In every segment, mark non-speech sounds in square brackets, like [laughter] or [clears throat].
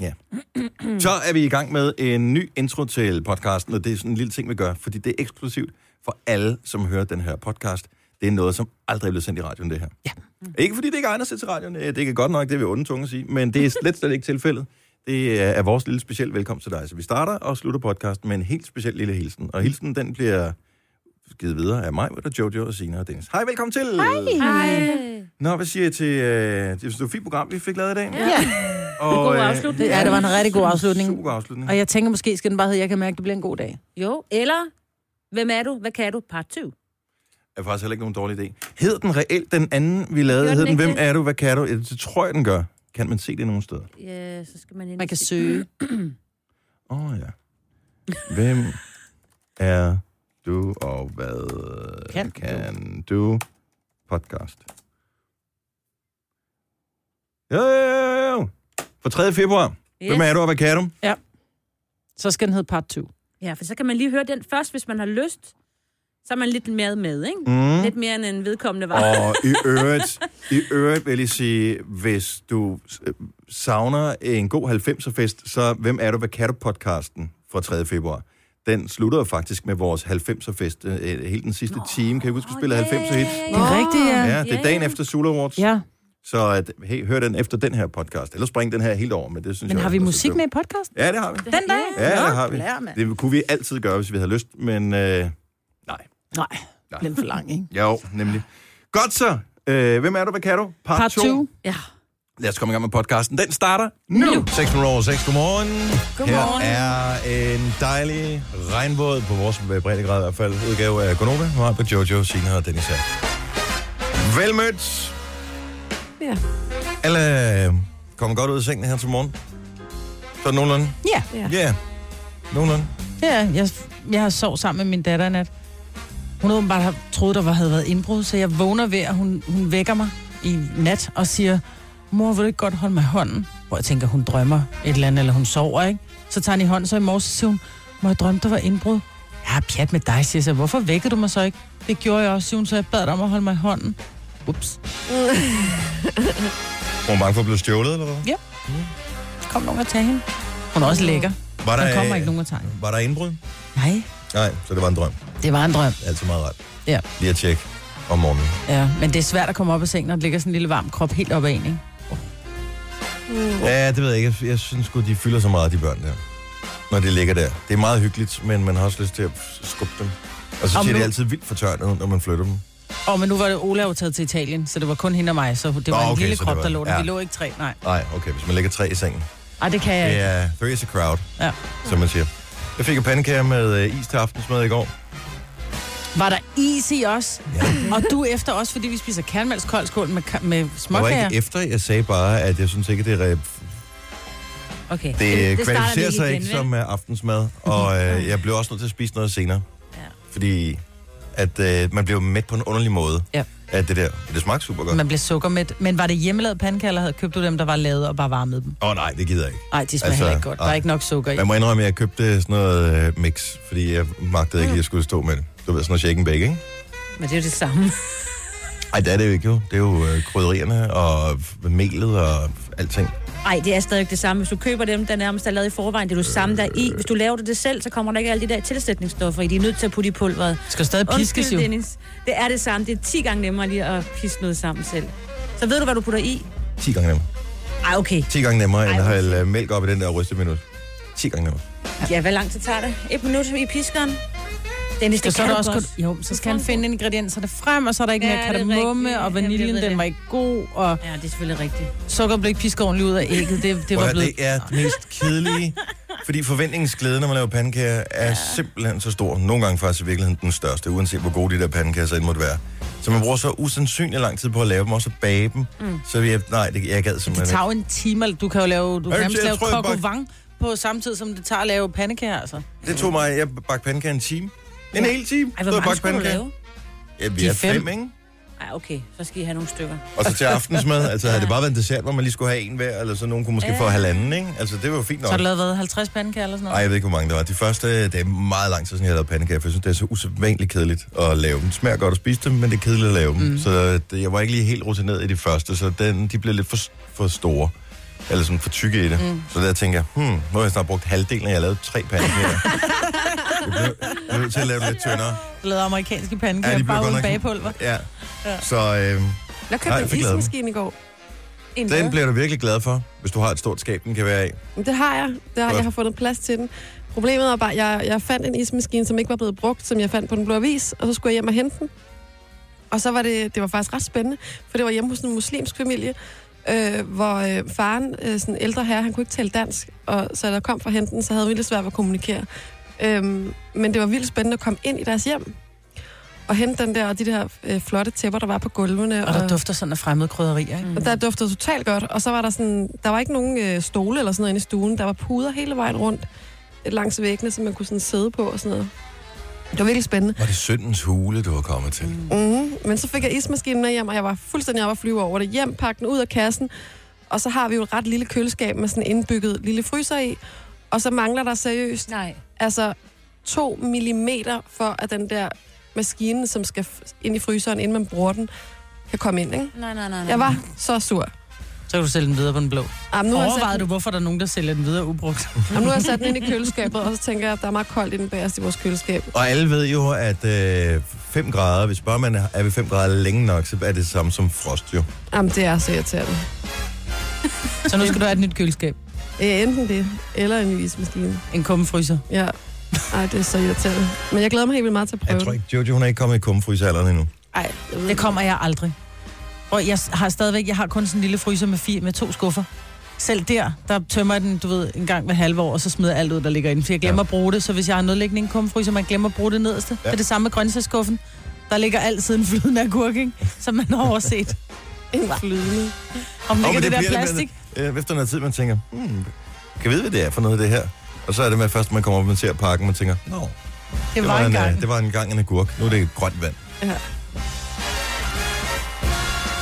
Ja. Så er vi i gang med en ny intro til podcasten, og det er sådan en lille ting, vi gør, fordi det er eksklusivt for alle, som hører den her podcast. Det er noget, som aldrig er blevet sendt i radioen, det her. Mm. Ja. Ikke fordi det ikke egner sig til radioen, øh, det kan godt nok, det vil onde tunge sige, men det er slet, slet ikke tilfældet. Det øh, er vores lille speciel velkomst til dig. Så vi starter og slutter podcasten med en helt speciel lille hilsen. Og hilsen, den bliver givet videre af mig, og Jojo og Sina og Dennis. Hej, velkommen til! Hej! Nå, hvad siger I til øh, det er et fint program, vi fik lavet i dag? Ja. Og, God øh, afslutning. ja, det var en rigtig god afslutning. Super afslutning. Og jeg tænker, måske skal den bare hedde, jeg kan mærke, at det bliver en god dag. Jo, eller hvem er du, hvad kan du, part 2. er faktisk heller ikke nogen dårlig idé. Hed den reelt den anden, vi lavede? Gjorde Hed den den, ikke hvem det? er du, hvad kan du? Ja, Det tror jeg, den gør. Kan man se det nogen steder? Ja, så skal man ind Man kan og se- søge. Åh oh, ja. Hvem er du, og hvad Kan kan du? Podcast. Jo, jo, jo, jo. For 3. februar. Yes. Hvem er du, og hvad kan du? Så skal den hedde part [clears throat] 2. Ja, for så kan man lige høre den først, hvis man har lyst. Så er man lidt mere med, ikke? Mm. Lidt mere end en vedkommende var. Og i øvrigt, i øvrigt vil jeg sige, hvis du øh, savner en god 90'er-fest, så hvem er du ved Katte-podcasten fra 3. februar? Den slutter jo faktisk med vores 90'er-fest. øh, øh, Hele den sidste time, kan I huske, vi spillede 90'er-hits? Det er rigtigt, ja. Ja, det er dagen efter Sula Awards. Ja. Så at, hey, hør den efter den her podcast. Eller spring den her helt over, men det synes Men jeg... har også vi er musik sødt. med i podcasten? Ja, det har vi. Den dag? Ja, Nå, det har vi. lær, mand. Det kunne vi altid gøre, hvis vi havde lyst, men øh, nej. Nej, Nej. den er for lang, ikke? Jo, nemlig. Godt så. Øh, hvem er du, hvad kan du? Part 2. Ja. Lad os komme i gang med podcasten. Den starter nu. 6 minutter over 6. Godmorgen. Godmorgen. Her er en dejlig regnvåd, på vores breddegrad i hvert fald, udgave af Gonova. Mig på Jojo, Signe og Dennis her. Velmødt. Ja. Alle øh, kommer godt ud af sengen her til morgen. Så nogenlunde. Ja. Ja. Yeah. Nogenlunde. Ja, jeg, jeg har sovet sammen med min datter i nat. Hun åbenbart har troet, der var- havde været indbrud, så jeg vågner ved, at hun, hun vækker mig i nat og siger, mor, vil du ikke godt holde mig i hånden? Hvor jeg tænker, hun drømmer et eller andet, eller hun sover, ikke? Så tager han i hånden, så i morges så siger hun, må jeg drømme, der var indbrud? Ja, pjat med dig, siger jeg så. Hvorfor vækkede du mig så ikke? Det gjorde jeg også, siger hun, så jeg bad dig om at holde mig i hånden. Ups. Var hun bange for at blive stjålet, eller hvad? Kom nogen og tage hende. Hun er også lækker. Var Der kommer øh, ikke nogen at tage. Var der indbrud? Nej, Nej, så det var en drøm. det var en drøm. Altid meget rart. Ja. Lige at tjekke om morgenen. Ja, men det er svært at komme op af sengen, når der ligger sådan en lille varm krop helt op ad en, ikke? Mm. Ja, det ved jeg ikke. Jeg- Jeg synes godt de fylder så meget, de børn der. Når de ligger der. Det er meget hyggeligt, men man har også lyst til at skubbe dem. Og så Om ser nu- det altid vildt fortørnet ud, når man flytter dem. Og men nu var det Ola jo taget til Italien, så det var kun hende og mig, så det var Nå, en okay, lille så det krop, var- der lå der. ja. Vi lå ikke tre, nej. Nej, okay, hvis man lægger tre i sengen. Ej, det kan jeg Det ikke. er there is a crowd, Ja. som man siger. Jeg fik en pandekager med øh, is til aftensmad i går. Var der is i os? Ja. Og du efter os, fordi vi spiser kernmalskoldskål med, ka- med Det var småkager. ikke efter, jeg sagde bare, at jeg synes ikke, det, er, re- Okay. det, det starter vi kvalificerer sig igen, ikke vel? som uh, aftensmad. Og [laughs] øh, jeg blev også nødt til at spise noget senere. Ja. Fordi at øh, man blev mæt på en underlig måde. Ja. At det der, det smagte super godt. Åh Man blev sukkermæt. Men var det hjemmelavet pandekager, eller havde- købte du dem, der var lavet og bare varmede dem? oh, nej, det gider jeg ikke. Nej, de smager Altså, altså, heller ikke godt. Der er nej. ikke nok sukker i. Man må indrømme, at jeg købte sådan noget øh, mix, fordi jeg magtede Mm. ikke lige at skulle stå med det. Du ved, sådan noget shake and bake, ikke? [laughs] Men det er jo det samme. Ej, det er det jo ikke jo. Det er jo øh, krydderierne og melet og alting. Nej, det er stadigvæk det samme. Hvis du køber dem, der nærmest er lavet i forvejen, det er du samme der er i. Hvis du laver det, det selv, så kommer der ikke alle de der tilsætningsstoffer i. De er nødt til at putte i pulveret. Skal stadig piskes jo. Undskyld, Dennis. Det er det samme. Det er 10 gange nemmere lige at piske noget sammen selv. Så ved du, hvad du putter i? 10 gange nemmere. Ej, okay. 10 gange nemmere, end Ej, at hvor hælde øh, mælk op i den der rysteminut. 10 gange nemmere. Ja, hvor lang tid tager det? Et minut i piskeren? Dennis, Og det så, er kan der du også også. godt, jo, så Du skal han får en finde ingredienserne frem, og så er der ikke Ja, mere det er kardemomme, rigtigt. og Jamen, jeg vaniljen, ved den det. var ikke god, og Ja, det er selvfølgelig rigtigt. sukker blev ikke pisket ordentligt ud af ægget. Det, det Prøv var at høre, blevet... Det er det mest kedelige, fordi forventningens glæde, når man laver pandekager, er ja. simpelthen så stor. Nogle gange faktisk i virkeligheden den største, uanset hvor gode de der pandekager så end måtte være. Så man bruger så usandsynlig lang tid på at lave dem, og så bage dem. Mm. Så vi, nej, det, jeg gad Det simpelthen tager jo en time, eller du kan jo lave, du Jeg kan nærmest tror, jeg lave tror, jeg coq au bare- vang på samme tid, som det tager at lave pandekager, altså. ikke. Det tog mig, jeg bagte pandekager en time. En hel time. Ej, stod hvor og mange bagte skulle du pandekager. lave? Ja, vi De er fem. fem, ikke? Ej, okay. Så skal I have nogle stykker. Og så til aftensmad. Altså, havde det bare været en dessert, hvor man lige skulle have en hver, eller så nogen kunne måske få halvanden, ikke? Altså, det var jo fint Så nok. har du lavet, hvad, 50 pandekager eller sådan Nej, noget? jeg ved ikke, hvor mange der var. De første, øh, det er meget lang tid siden, jeg har lavet pandekager, for jeg synes, det er så usædvanligt kedeligt at lave dem. Det smager godt at spise dem, øh, men det er kedeligt at lave dem. Mm. Så det, jeg var ikke lige helt rutineret i de første, så den, de blev lidt for, for store. eller sådan for tykke i det. Mm. Så der tænker jeg, hmm, nu har jeg snart brugt halvdelen, og jeg har lavet tre pandekager. [laughs] jeg bliver nødt til at lave det lidt tyndere. Lavet amerikanske pandekager, ja, bliver bare godt uden nok- bagpulver. Ja. ja. Så øh, Nej, Jeg købte jeg en fik lavet dem. ismaskine i går. En den hvad? bliver du virkelig glad for, hvis du har et stort skab, den kan være af. Men Det har jeg. Det har, Godt. jeg har fundet plads til den. Problemet er bare, at jeg, jeg fandt en ismaskine, som ikke var blevet brugt, som jeg fandt på den blå avis, og så skulle jeg hjem og hente den. Og så var det, det var faktisk ret spændende, for det var hjemme hos en muslimsk familie, øh, hvor øh, faren, øh, sådan en ældre herre, han kunne ikke tale dansk, og så da jeg kom for at hente den, så havde vi lidt svært ved at kommunikere. Øhm, men det var vildt spændende at komme ind i deres hjem, og hente den der, og de der øh, flotte tæpper, der var på gulvene. Og der dufter sådan af fremmede krydderier, ikke? Og der duftede totalt godt, og så var der sådan, der var ikke nogen øh, stole eller sådan noget inde i stuen. Der var puder hele vejen rundt øh, langs væggene, som man kunne sådan sidde på og sådan noget. Det var virkelig spændende. Var det syndens hule, du var kommet til? Mm. Mm-hmm. Men så fik jeg ismaskinen med hjem, og jeg var fuldstændig oppe at flyve over det. Hjem, pakke den ud af kassen, og så har vi jo et ret lille køleskab med sådan en indbygget lille fryser i. Og så mangler der seriøst Nej. altså 2 mm for, at den der maskine, som skal f- ind i fryseren, inden man bruger den, kan komme ind, ikke? Nej, nej, nej. nej. Jeg var så sur. Så kan du sælge den videre på den blå. Jamen, har jeg sat Overvejede du, hvorfor der er nogen, der sælger den videre ubrugt? Og nu har jeg sat den ind i [laughs] køleskabet, og så tænker jeg, at der er meget koldt inde bagerst i vores køleskab. Og alle ved jo, at 5 grader, hvis bare man er ved 5 grader længe nok, så er det samme som frost jo. Jamen, det er så irriterende. [laughs] Så nu skal du have et nyt køleskab. Ja, enten det, eller en ny ismaskine. En kummefryser. Ja. Ej, det er så irriterende. Men jeg glæder mig helt vildt meget til at prøve Jeg tror ikke, Jojo hun er ikke kommet i kummefrysalderen endnu. Ej, jeg ved Det ikke. kommer jeg aldrig. Og jeg har stadigvæk, jeg har kun sådan en lille fryser med, fire, med to skuffer. Selv der, der tømmer jeg den, du ved, en gang hver halve år, og så smider jeg alt ud, der ligger inde. For jeg glemmer Ja. ja. at bruge det, så hvis jeg har nødlægning i kummefryser, man glemmer at bruge det nederste. Ja. Det er det samme med grøntsagsskuffen. Der ligger altid en flydende agurk, ikke? som man har overset. en flydende. Åh, Om ligger men oh, det, det der bliver plastik. Med, øh, efter noget tid, man tænker, hmm, kan vide, hvad det er for noget, det her? Og så er det med, at først man kommer op og ser pakken, man tænker, nå, det, Det, var, en en, gang. øh, det var en gang en agurk. Nu er det et grønt vand. Ja.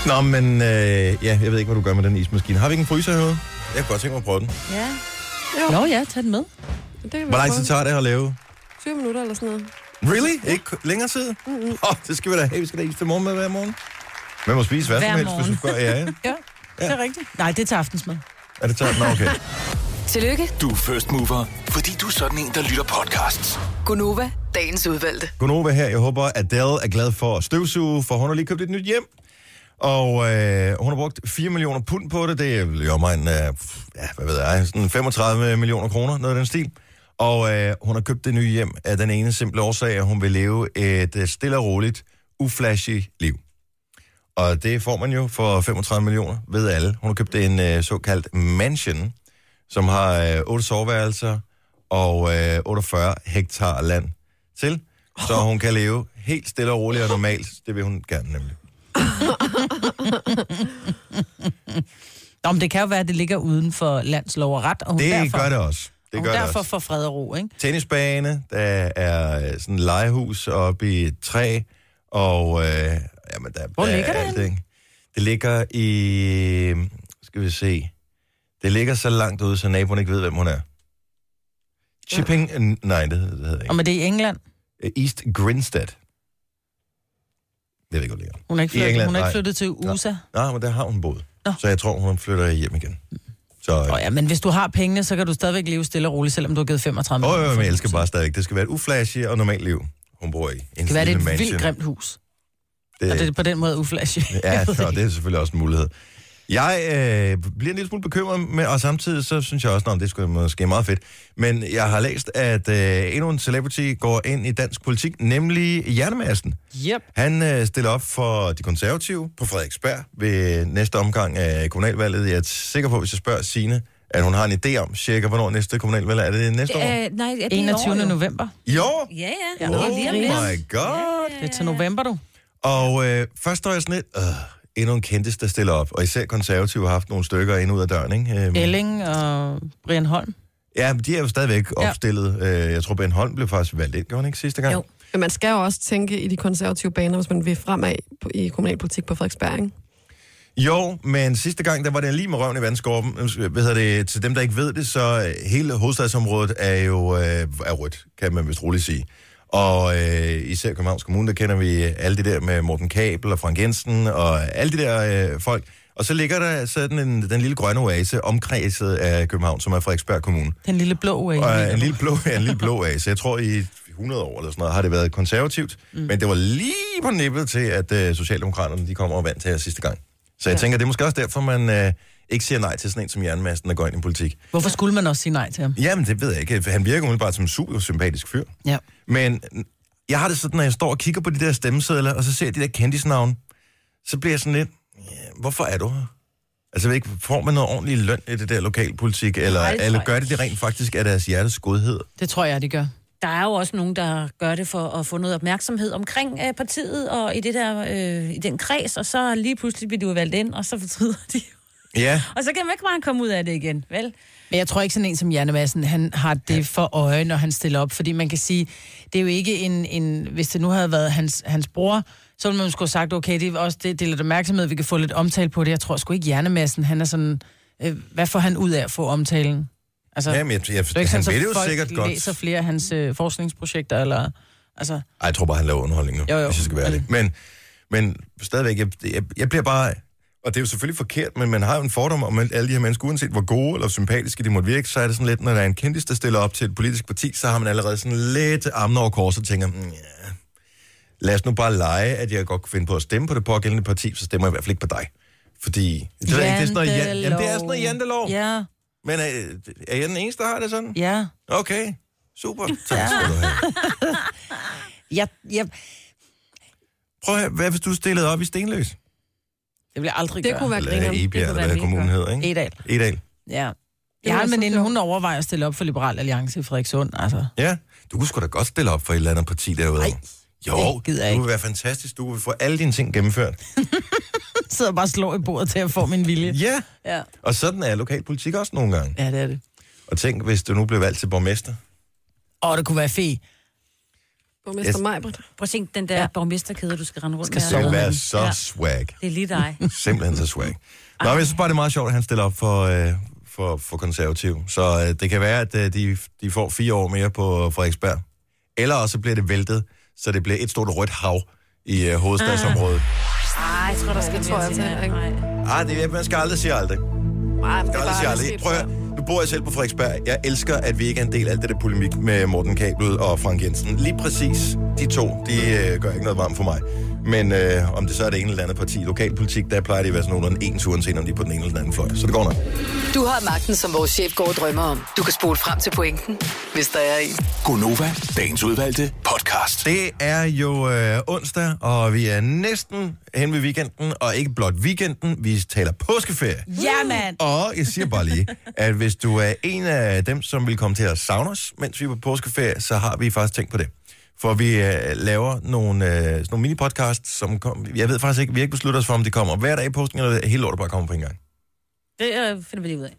Nå, men øh, ja, jeg ved ikke, hvad du gør med den ismaskine. Har vi ikke en fryser herude? Jeg kunne godt tænke mig at prøve den. Ja. var- Nå ja, tag den med. Det kan Hvor være lang tid tager det at lave? 20 minutter eller sådan noget. Really? Ikke ku- længere tid? Mm-hmm. Oh, det skal vi da have. Vi skal da is til morgenmad hver morgen. Man må spise hvad Hver som helst, hvis du morgen. spørger. Ja, ja. Ja, det er rigtigt. Nej, det er til aftensmad. Er det tørt? Nå, okay. Tillykke, Du er first mover, fordi du er sådan en, der lytter podcasts. Gunova, dagens udvalgte. Gunova her. Jeg håber, at Adele er glad for at støvsuge, for hun har lige købt et nyt hjem. Og øh, hun har brugt 4 millioner pund på det. Det er vel i omegnen af, pff, ja, hvad ved jeg, sådan 35 millioner kroner, noget af den stil. Og øh, hun har købt det nye hjem af den ene simple årsag, at hun vil leve et øh, stille og roligt, uflashy liv. Og det får man jo for 35 millioner ved alle. Hun har købt en øh, såkaldt mansion, som har øh, 8 soveværelser og øh, 48 hektar land til, [laughs] så hun kan leve helt stille og roligt og normalt. Det vil hun gerne nemlig. Nå, men det kan jo være, at det ligger uden for landslov og ret, og hun Det derfor, gør det også. Det og gør hun det derfor også. får fred og ro, ikke? Tennisbane, der er øh, sådan et legehus oppe i et træ, og øh, jamen, der, Hvor der er ligger det alt, ikke? Det ligger i... Skal vi se. Det ligger så langt ude, så naboen ikke ved, hvem hun er. Chipping... Nej, det hedder det hedder Og ikke. med det i England. East Grinstead. Det ved jeg godt, det ligger. Hun er ikke I flyttet, England, hun er ikke nej. flyttet til USA. Nej, Ah, men der har hun boet. Nå. Så jeg tror, hun flytter hjem igen. Så, øh, Nå ja, men hvis du har pengene, så kan du stadigvæk leve stille og roligt, selvom du har givet 35 Åh, oh, for men jeg et elsker hus. bare stadigvæk. Det skal være et uflashy og normalt liv, hun bor i. En Det kan være, det er et lille vildt grimt hus. Det, Og det er på den måde uflashy. ja, [laughs] Jeg ved nå, ikke. det er selvfølgelig også en mulighed. Jeg øh, bliver en lille smule bekymret, med, og samtidig så synes jeg også, at det skulle måske meget fedt. Men jeg har læst, at øh, endnu en celebrity går ind i dansk politik, nemlig Hjernemassen. Yep. Han øh, stiller op for de konservative på Frederiksberg ved næste omgang af kommunalvalget. Jeg er sikker på, hvis jeg spørger Signe, at hun har en idé om cirka, hvornår næste kommunalvalg er. Er det næste år? Øh, nej, er det i år, 21. jo? november. Jo! Ja, ja. Ja. Det Oh er lige om lidt. my god! Det er til november, du. Og øh, først står jeg sådan lidt, øh, endnu en kendtis, der stiller op. Og især konservative har haft nogle stykker ind ud af døren, ikke? Øhm, Elling og Brian Holm. Ja, men de er jo stadigvæk Ja. opstillet. Øh, jeg tror, Ben Holm blev faktisk valgt ind, gjorde han ikke sidste gang? Jo. Men man skal jo også tænke i de konservative baner, hvis man vil fremad på- i kommunalpolitik på Frederiksberg, ikke? Jo, men sidste gang, der var det lige med røven i vandskorben. Øh, Hvad hedder det? Til dem, der ikke ved det, så øh, hele hovedstadsområdet er jo øh, er rødt, kan man vist roligt sige. Og øh, især Københavns Kommune, der kender vi alle det der med Morten Kabel og Frank Jensen og alle de der øh, folk. Og så ligger der sådan en, den lille grønne oase omkredset af København, som er Frederiksberg Kommune. Den lille blå way. Og en lille blå, ja, en lille blå oase. Jeg tror i 100 år eller sådan noget har det været konservativt, mm. men det var lige på nippet til, at øh, Socialdemokraterne de kom og vandt her sidste gang. Så jeg ja. tænker, det er måske også derfor, man øh, ikke siger nej til sådan en som jernmasten, der går ind i politik. Hvorfor skulle man også sige nej til ham? Jamen, det ved jeg ikke. Han virker umiddelbart som en super sympatisk fyr. Ja. Men jeg har det sådan, når jeg står og kigger på de der stemmesedler, og så ser jeg de der kendisnavne, så bliver jeg sådan lidt, ja, hvorfor er du her? Altså, jeg ved ikke, får man noget ordentlig løn i det der lokalpolitik, eller, Nej, det tror eller jeg gør det det rent faktisk af deres hjertes godhed? Det tror jeg, de gør. Der er jo også nogen, der gør det for at få noget opmærksomhed omkring øh, partiet og i, det der, øh, i den kreds, og så lige pludselig bliver de jo valgt ind, og så fortryder de. [laughs] Ja, Og så kan man ikke bare komme ud af det igen, vel? Men jeg tror ikke sådan en som Janne Madsen, han har det for øje, når han stiller op. Fordi man kan sige, det er jo ikke en... en hvis det nu havde været hans, hans bror, så ville man måske have sagt, okay, det er også det, det er lidt opmærksomhed, vi kan få lidt omtale på det. Jeg tror sgu ikke, Janne Madsen, han er sådan... Øh, hvad får han ud af at få omtalen? Altså, Jamen, jeg, jeg, det er ikke han sådan, vil det så jo folk sikkert læser godt. flere af hans øh, forskningsprojekter, eller... Altså, Ej, jeg tror bare, han laver underholdning nu, Jo, jo. hvis jeg skal være ærlig. Men, men stadigvæk, jeg, jeg, jeg bliver bare... Og det er jo selvfølgelig forkert, men man har jo en fordom om at alle de her mennesker, uanset hvor gode eller sympatiske de måtte virke, så er det sådan lidt, når der er en kendis, der stiller op til et politisk parti, så har man allerede sådan lidt armene over kors og tænker, "Mm, ja, lad os nu bare lege, at jeg godt kunne finde på at stemme på det pågældende parti, så stemmer jeg i hvert fald ikke på dig. Fordi, det, ved jeg ikke, det er sådan noget, Jan, jamen, det er sådan noget jantelov. Ja. Ja, Men øh, er, er jeg den eneste, der har det sådan? ja. Okay, [laughs] super. Tak skal du have. Jeg, jeg, Prøv at høre, hvad hvis du stillede op i Stenløs? det vil jeg aldrig Det gøre. kunne være Eller griner. Ebjerg, eller hvad kommunen hedder, ikke? Edal. Edal. Ja. Jeg har en veninde, hun overvejer at stille op for Liberal Alliance i Frederikssund, altså. Ja, du kunne sgu da godt stille op for et eller andet parti derude. Ej, jo, det gider jeg du ikke. vil være fantastisk. Du vil få alle dine ting gennemført. [laughs] sidder bare og slår i bordet til at få min vilje. Ja, Ja. og sådan er lokalpolitik også nogle gange. Ja, det er det. Og tænk, hvis du nu blev valgt til borgmester. Og det kunne være fe. Borgmester Yes. Majbert. Prøv at tænke den der ja. borgmesterkæde, du skal rende rundt Skal med. Det Åh, vil være han- så ja. swag. Det er lige dig. [laughs] Simpelthen så swag. Nå, men jeg synes bare, det er meget sjovt, at han stiller op for, øh, for, for konservativ. Så øh, det kan være, at øh, de, de får fire år mere på Frederiksberg. Eller også bliver det væltet, så det bliver et stort rødt hav i øh, hovedstadsområdet. Ej, jeg tror, der skal tror jeg altså ikke. Ah, det er, man skal aldrig sige aldrig. Man Nej, men det skal aldrig sige er bare aldrig. set Prøv at før. høre, nu bor jeg selv på Frederiksberg. Jeg elsker, at vi ikke er en del af alt det der polemik med Morten Kabel og Frank Jensen. Lige præcis de to, de øh, gør ikke noget varmt for mig. Men øh, om det så er det ene eller andet parti, lokalpolitik, der plejer det at være sådan nogenlunde ens, uanset om de er på den ene eller den anden fløj. Så det går nok. Du har magten, som vores chef går og drømmer om. Du kan spole frem til pointen, hvis der er en. Gonova, dagens udvalgte podcast. Det er jo øh, onsdag, og vi er næsten hen ved weekenden, og ikke blot weekenden, vi taler påskeferie. Ja, mand! Og jeg siger bare lige, at hvis du er en af dem, som vil komme til at savne os, mens vi er på påskeferie, så har vi faktisk tænkt på det. For vi øh, laver nogle, øh, sådan nogle mini-podcasts, som kom, jeg ved faktisk ikke, vi har ikke besluttet os for, om de kommer hver dag i posten, eller hele lortet bare kommer på en gang. Det øh, finder vi lige ud af.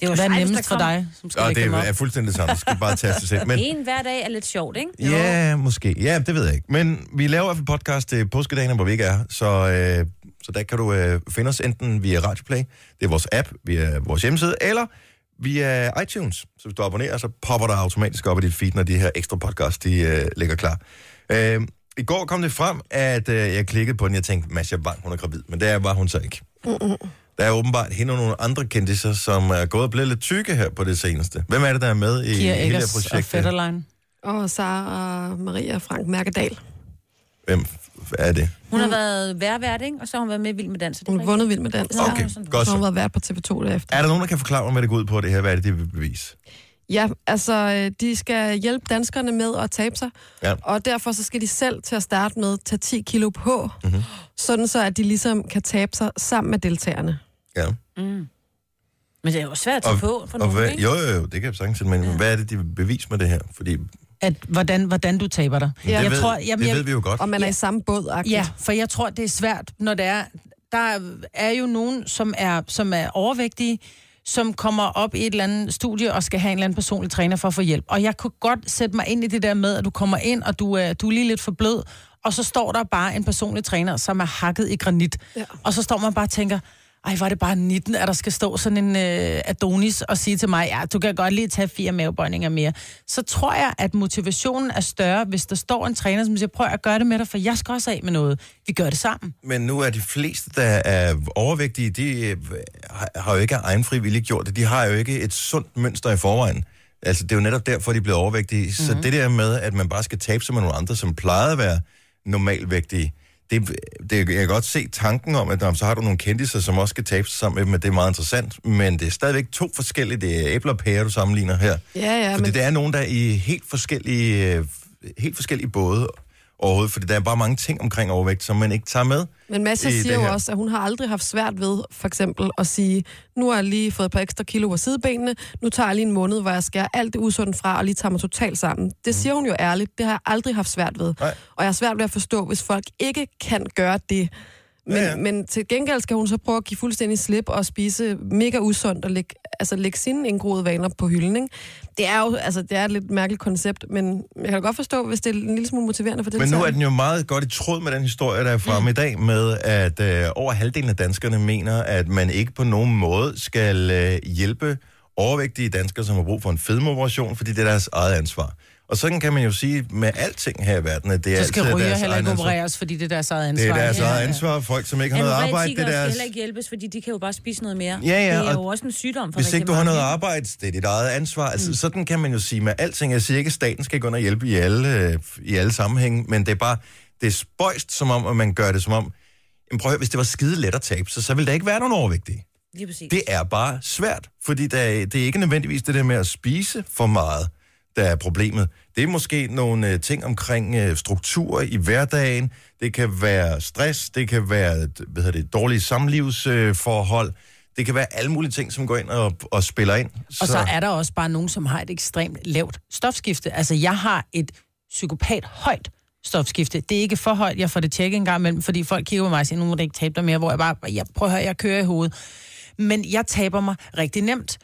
Det Hvad er dejligt, nemmest der for kom- dig, som skal Og lægge det dem op? er fuldstændig det samme, det skal bare taste selv. Men En hver dag er lidt sjovt, ikke? Ja, måske. Ja, det ved jeg ikke. Men vi laver i hvert fald podcast til påskedagen, hvor vi ikke er. Så, øh, så der kan du øh, finde os enten via Radioplay, det er vores app, via vores hjemmeside, eller via iTunes. Så hvis du abonnerer, så popper der automatisk op i dit feed, når de her ekstra podcasts, de øh, ligger klar. Øh, I går kom det frem, at øh, jeg klikkede på den, jeg tænkte, Masha Bang, hun er gravid. Men det var hun så ikke. Der er åbenbart hende og nogle andre kendiser, som er gået og blevet lidt tykke her på det seneste. Hvem er det, der er med i Kia hele det Eggers og projekt? Fetterline. Og Sara, og Maria og Frank Mærkedal. Hvem f- er det? Hun har været værvært, ikke? Og så har hun været med i Vild med Dans. er det Hun har rigtigt? vundet vild med dans. Ja. Okay, sådan. godt Så har hun så. været vært på TV2 derefter. Er der nogen, der kan forklare mig, hvad det går ud på det her? Hvad er det, det vil bevise? Ja, altså, øh, de skal hjælpe danskerne med at tabe sig, Ja. og derfor så skal de selv til at starte med tage 10 kilo på, mm-hmm. sådan så at de ligesom kan tabe sig sammen med deltagerne. ja. Men det er jo svært at tage på for og nogen, hvad, ikke? jo, jo, jo, det kan jeg sagtens men ja. hvad er det, de vil bevise med det her? Fordi At hvordan, hvordan du taber dig. ja. det, Jeg ved, tror, det jamen, jeg, ved vi jo godt. Og man er i samme båd, Ja, for jeg tror, det er svært, når det er... Der er jo nogen, som er, som er overvægtige, som kommer op i et eller andet studie og skal have en eller anden personlig træner for at få hjælp. Og jeg kunne godt sætte mig ind i det der med, at du kommer ind, og du er, du er lige lidt for blød, og så står der bare en personlig træner, som er hakket i granit. Ja. Og så står man bare og tænker, ej, var det bare 19, at der skal stå sådan en øh, Adonis og sige til mig, ja, du kan godt lige tage fire mavebøjninger mere. Så tror jeg, at motivationen er større, hvis der står en træner, som siger, prøv at gøre det med dig, for jeg skal også af med noget. Vi gør det sammen. Men nu er de fleste, der er overvægtige, de øh, har- har jo ikke af egen frivillig gjort det. De har jo ikke et sundt mønster i forvejen. Altså, det er jo netop derfor, de er blevet overvægtige. Mm-hmm. Så det der med, at man bare skal tabe sig med nogle andre, som plejede at være normalvægtige, det, det, jeg kan godt se tanken om, at nå, så har du nogle kendiser, som også skal tabe sig sammen med dem, at det er meget interessant, men det er stadigvæk to forskellige, det er æbler og pærer, du sammenligner her. Ja, ja, Fordi men- der er nogen, der er i helt forskellige, øh, helt forskellige både overhovedet, fordi der er bare mange ting omkring overvægt, som man ikke tager med. Men Massa i det siger jo her. også, at hun har aldrig haft svært ved, for eksempel, at sige, nu har jeg lige fået et par ekstra kilo på sidebenene, nu tager jeg lige en måned, hvor jeg skærer alt det usunde fra, og lige tager mig totalt sammen. Det siger hun jo ærligt, det har jeg aldrig haft svært ved. Mm. Nej. Og jeg har svært ved at forstå, hvis folk ikke kan gøre det. Men, Ja, ja. ja. men til gengæld skal hun så prøve at give fuldstændig slip og spise mega usundt og lægge, altså lægge sine indgroede vaner på hylden. Ikke? Det er jo altså, det er et lidt mærkeligt koncept, men jeg kan da godt forstå, hvis det er en lille smule motiverende for Men nu er deltagerne. den jo meget godt i tråd med den historie, der er fremme mm. i dag, med at øh, over halvdelen af danskerne mener, at man ikke på nogen måde skal øh, hjælpe overvægtige danskere, som har brug for en fedmeoperation, fordi det er deres eget ansvar. Og sådan kan man jo sige med alting her i verden, at det er Så skal altid ryger deres heller egen ikke ansvar. opereres, fordi det er deres eget ansvar. Det er deres Ja, eget ja. ansvar. Folk, som ikke har noget arbejde, det er Anorektikere skal deres... heller ikke hjælpes, fordi de kan jo bare spise noget mere. Ja, ja, det og er jo også en sygdom for Hvis ikke rigtig du har noget mange. arbejde, det er dit eget ansvar. Altså, mm. Sådan kan man jo sige med alting. Jeg siger ikke, at staten skal gå ind og hjælpe i alle, øh, i alle sammenhænge, men det er bare, det er spøjst som om, at man gør det som om, jamen prøv at høre, hvis det var skide let at tabe, så, så ville der ikke være nogen overvægtige. Lige præcis. Det er bare svært, fordi der, er- det er ikke nødvendigvis det der med at spise for meget, der er problemet. Det er måske nogle øh, ting omkring øh, struktur i hverdagen. Det kan være stress, det kan være d- hvad hedder det, dårlige samlivsforhold. Øh, forhold. det kan være alle mulige ting, som går ind og, og spiller ind. Og så er der også bare nogen, som har et ekstremt lavt stofskifte. Altså, jeg har et psykopat højt stofskifte. Det er ikke for højt, jeg får det tjekket en gang imellem, fordi folk kigger på mig og siger, nu må det ikke tabe dig mere, hvor jeg bare, jeg prøver at høre, jeg kører i hovedet. Men jeg taber mig rigtig nemt.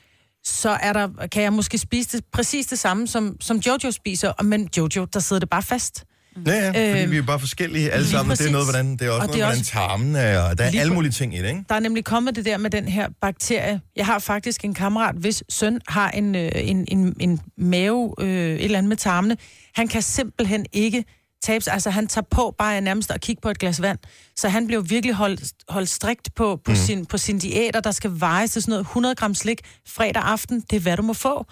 Så er der, kan jeg måske spise det, præcis det samme, som, som Jojo spiser, og- men Jojo, der sidder det bare fast. ja, ja, fordi Øhm, vi er bare forskellige alle lige sammen. Det er noget, præcis. hvordan, det er også Og noget, det er hvordan også- tarmen er, og der er Lige alle præ- mulige ting i det, Mm. ikke? Der er nemlig kommet det der med den her bakterie. Jeg har faktisk en kammerat, hvis søn har en, øh, en, en, en mave, øh, et eller andet med tarmene. Han kan simpelthen ikke tabe sig. Altså, han tager på bare nærmest at kigge på et glas vand. Så han blev virkelig holdt, holdt strikt på, på, mm. sin, på sin diæter, der skal vejes til sådan noget 100 gram slik fredag aften. Det er, hvad du må få.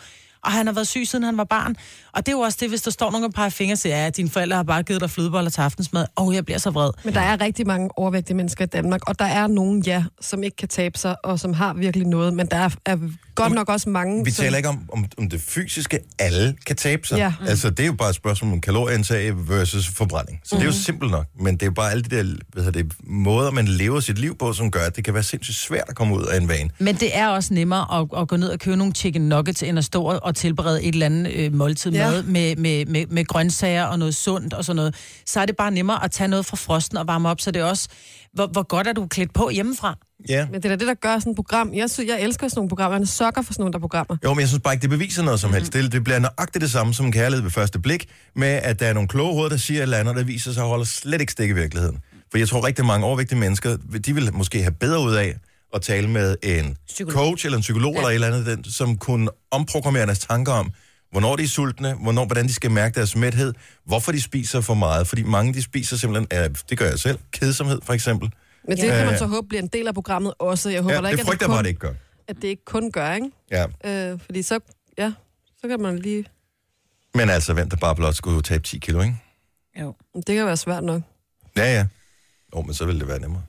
Og han har været syg, siden han var barn. Og det er jo også det, hvis der står nogen og peger fingre og siger, ja, dine forældre har bare givet dig flødeboller til aftensmad. Og jeg bliver så vred. Men der er rigtig mange overvægtige mennesker i Danmark, og der er nogen, ja, som ikke kan tabe sig, og som har virkelig noget, men der er, er godt nok også mange, Vi som, taler ikke om, om, om det fysiske. Alle kan tabe sig. Ja. Mm. Altså, det er jo bare et spørgsmål om kalorieindtag versus forbrænding. Så mm. det er jo simpelt nok. Men det er jo bare alle de der hvad hedder det, måder, man lever sit liv på, som gør, at det kan være sindssygt svært at komme ud af en vane. Men det er også nemmere at, at gå ned og købe nogle chicken nuggets, end at stå og og tilberede et eller andet øh, måltid Ja. ja. med, med, med, med, med grøntsager og noget sundt og sådan noget. Så er det bare nemmere at tage noget fra frosten og varme op, så det er også, hvor, hvor godt er du klædt på hjemmefra? Ja. men det er da det, der gør sådan et program. Jeg, synes, jeg elsker sådan nogle programmer, jeg er en sokker for sådan nogle der programmer. Jo, men jeg synes bare ikke, det beviser noget Mhm. som helst. Det, det bliver nøjagtigt det samme som kærlighed ved første blik, med at der er nogle kloge hoveder, der siger et eller andet, der viser sig at holde slet ikke stik i virkeligheden. For jeg tror rigtig mange overvægtige mennesker, de vil måske have bedre ud af at tale med en psykolog. Psykolog. coach eller en psykolog ja. eller et eller andet, den, som kunne omprogrammere deres tanker om, hvornår de er sultne, hvornår, hvordan de skal mærke deres mæthed, hvorfor de spiser for meget. Fordi mange de spiser simpelthen, af, det gør jeg selv, kedsomhed for eksempel. Men det Ja. ja. kan Ja, ja. man så håbe bliver en del af programmet også. Jeg håber Ja, da det ikke, at frygter det, jeg bare, kun, det ikke gør. at det ikke kun gør, ikke? Ja. Øh, fordi så, ja, så kan man lige... Men altså, vent, der bare blot skulle tabe 10 kilo, ikke? Jo. Det kan være svært nok. Ja, ja. Jo, oh, men så ville det være nemmere.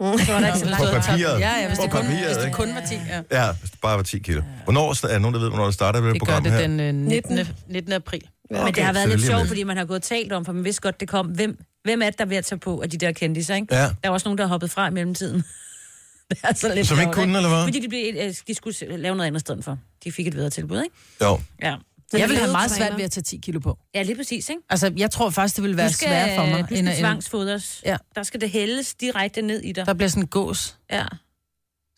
Så var der ikke så På langt. papiret. Ja, ja, hvis På det kun, papiret, hvis det ikke? kun var 10. Ja. Ja, hvis det bare var 10 kilo. Hvornår er der nogen, der ved, hvornår det starter det, Det gør program det her? den øh, 19. 19. 19. april. Men det har Okay, så været det er lidt lige om sjovt, lidt. fordi man har gået og talt om, for man vidste godt, det kom. Hvem, hvem er det, der er ved at tage på af de der kendiser, ikke? Ja. Der er også nogen, der har hoppet fra i mellemtiden. [laughs] det er så lidt Som ikke sjovt, kunne, eller hvad? Fordi de, blev, øh, de skulle se- lave noget andet sted for. De fik et bedre tilbud, ikke? Jo. Ja. Så Jeg det vil have blev- meget ledetræner. svært ved at tage 10 kilo på. Ja, lige præcis, ikke? Altså, jeg tror faktisk, det ville være Du skal, øh, svært for mig. Du end skal at- tvangsfodres. Ja. Der skal det hældes direkte ned i dig. Der bliver sådan en gås. Ja. Jeg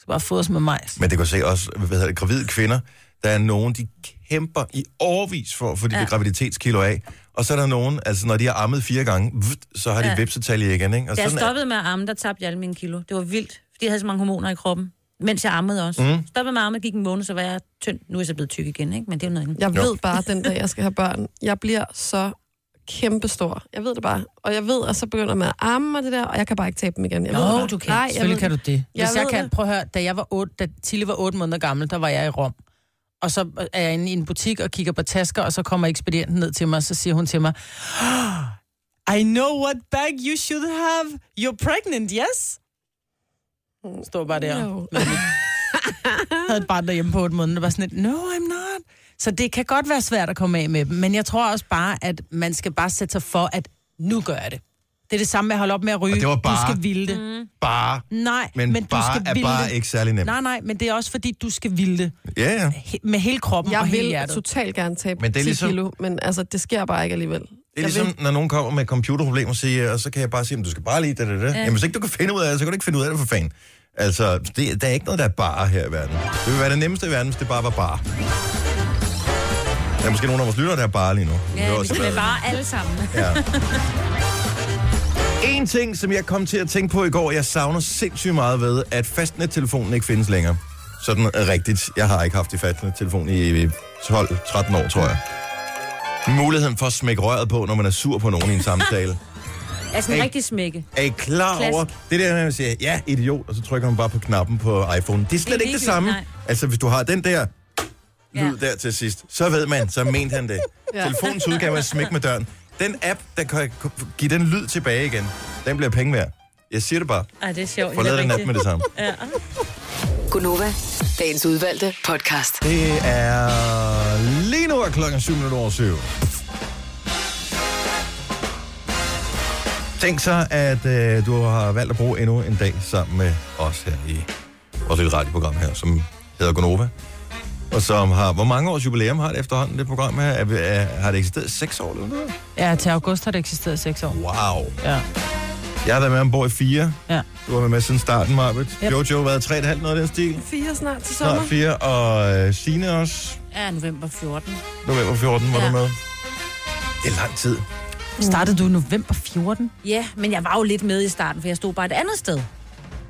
skal bare fodres med majs. Men det kan se også, hvad hedder det, gravide kvinder, der er nogen, de kæmper i overvis for at få de ja. der Ja. graviditetskilo af. Og så er der nogen, altså når de har ammet fire gange, vft, så har de ja. Ja. vipsetalje igen, ikke? Og Da jeg sådan er, stoppede med at amme, der tabte jeg alle mine kilo. Det var vildt. Fordi fordi jeg havde så mange hormoner i kroppen. Mens jeg ammede også. Mhm. Mm. Stoppede med at amme, gik en måned, så var jeg tynd. Nu er jeg så blevet tyk igen, ikke? Men det er jo noget andet. Jeg ved bare, den dag, jeg skal have børn, jeg bliver så kæmpestor. Jeg ved det bare. Og jeg ved, at så begynder man at arme og det der, og jeg kan bare ikke tabe dem igen. Jeg ved det Nå, bare. du kan. Nej, jeg ved Selvfølgelig kan du det. Hvis jeg, ved kan, det. prøv at høre, da jeg var 8, da Tilly var 8 måneder gammel, der var jeg i Rom. Og så er jeg inde i en butik og kigger på tasker, og så kommer ekspedienten ned til mig, og så siger hun til mig, "Ah, I know what bag you should have. You're pregnant, yes? Står bare der. No. [laughs] havde et barn derhjemme på 8 måneder, der var sådan et, no, I'm not. Så det kan godt være svært at komme af med dem, men jeg tror også bare, at man skal bare sætte sig for, at nu gør jeg det. Det er det samme med at holde op med at ryge. Og det var Du bare- skal ville det. Mm. Bare. Nej, Men, men, men bare du skal er ville bare det. ikke særlig nemt. Nej, nej, men det er også fordi, du skal ville det Ja, ja. he- med hele kroppen og Jeg hele vil hjertet. totalt gerne tabe Men det er 10 ligesom- kilo, men altså, det sker bare ikke alligevel. Det er ligesom, når nogen kommer med computerproblemer, siger, jeg, og så kan jeg bare sige, at du skal bare lige det, det, det. Jamen, hvis ikke du kan finde ud af det, så kan du ikke finde ud af det for fanden. Altså, det, der er ikke noget, der er bare her i verden. Det ville være det nemmeste i verden, hvis det bare var bare. Der er måske nogen af vores lyttere, der er bare lige nu. Det var [laughs] Ja, vi også- skal bare alle sammen. En ting, som jeg kom til at tænke på i går, jeg savner sindssygt meget ved, at fastnettelefonen ikke findes længere. Sådan rigtigt. Jeg har ikke haft i fastnettelefon i 12-13 år, tror jeg. Muligheden for at smække røret på, når man er sur på nogen i en samtale. [laughs] Altså en Hey. rigtig smække. Er I klar Klask. over det der, med, at man siger, ja, idiot, og så trykker man bare på knappen på iPhone. Det er slet Det ikke er det ligegyldigt, samme. nej. Altså, hvis du har den der lyd Ja. der til sidst, så ved man, så mente han det. Ja. Telefonens udgave er smæk med døren. Den app, der kan give den lyd tilbage igen, den bliver penge værd. Jeg siger det bare. Ej, det ah. er sjovt. Forlad helt den app rigtigt. med det samme. Gunova, dagens udvalgte podcast. Det er lige nu er klokken 7 minutter over 7. Tænk så, at øh, du har valgt at bruge endnu en dag sammen med os her i vores lille radioprogram her, som hedder Gonova. Og som har, hvor mange års jubilæum har det efterhånden, det program her? Er, er, har det eksisteret i seks år eller noget? Ja, til august har det eksisteret i seks år. Wow. Ja, Jeg har været med ombord i fire. ja. Du har været med siden starten, Marbet. Yep. Yep. Jojo har været tre og et halvt, noget af den stil. Fire snart til sommer. Snart fire, og øh, Signe også. Ja, november 14. November 14 var ja. Ja. du med. Det er lang tid. Startede du i november 14? Ja, men jeg var jo lidt med i starten, for jeg stod bare et andet sted.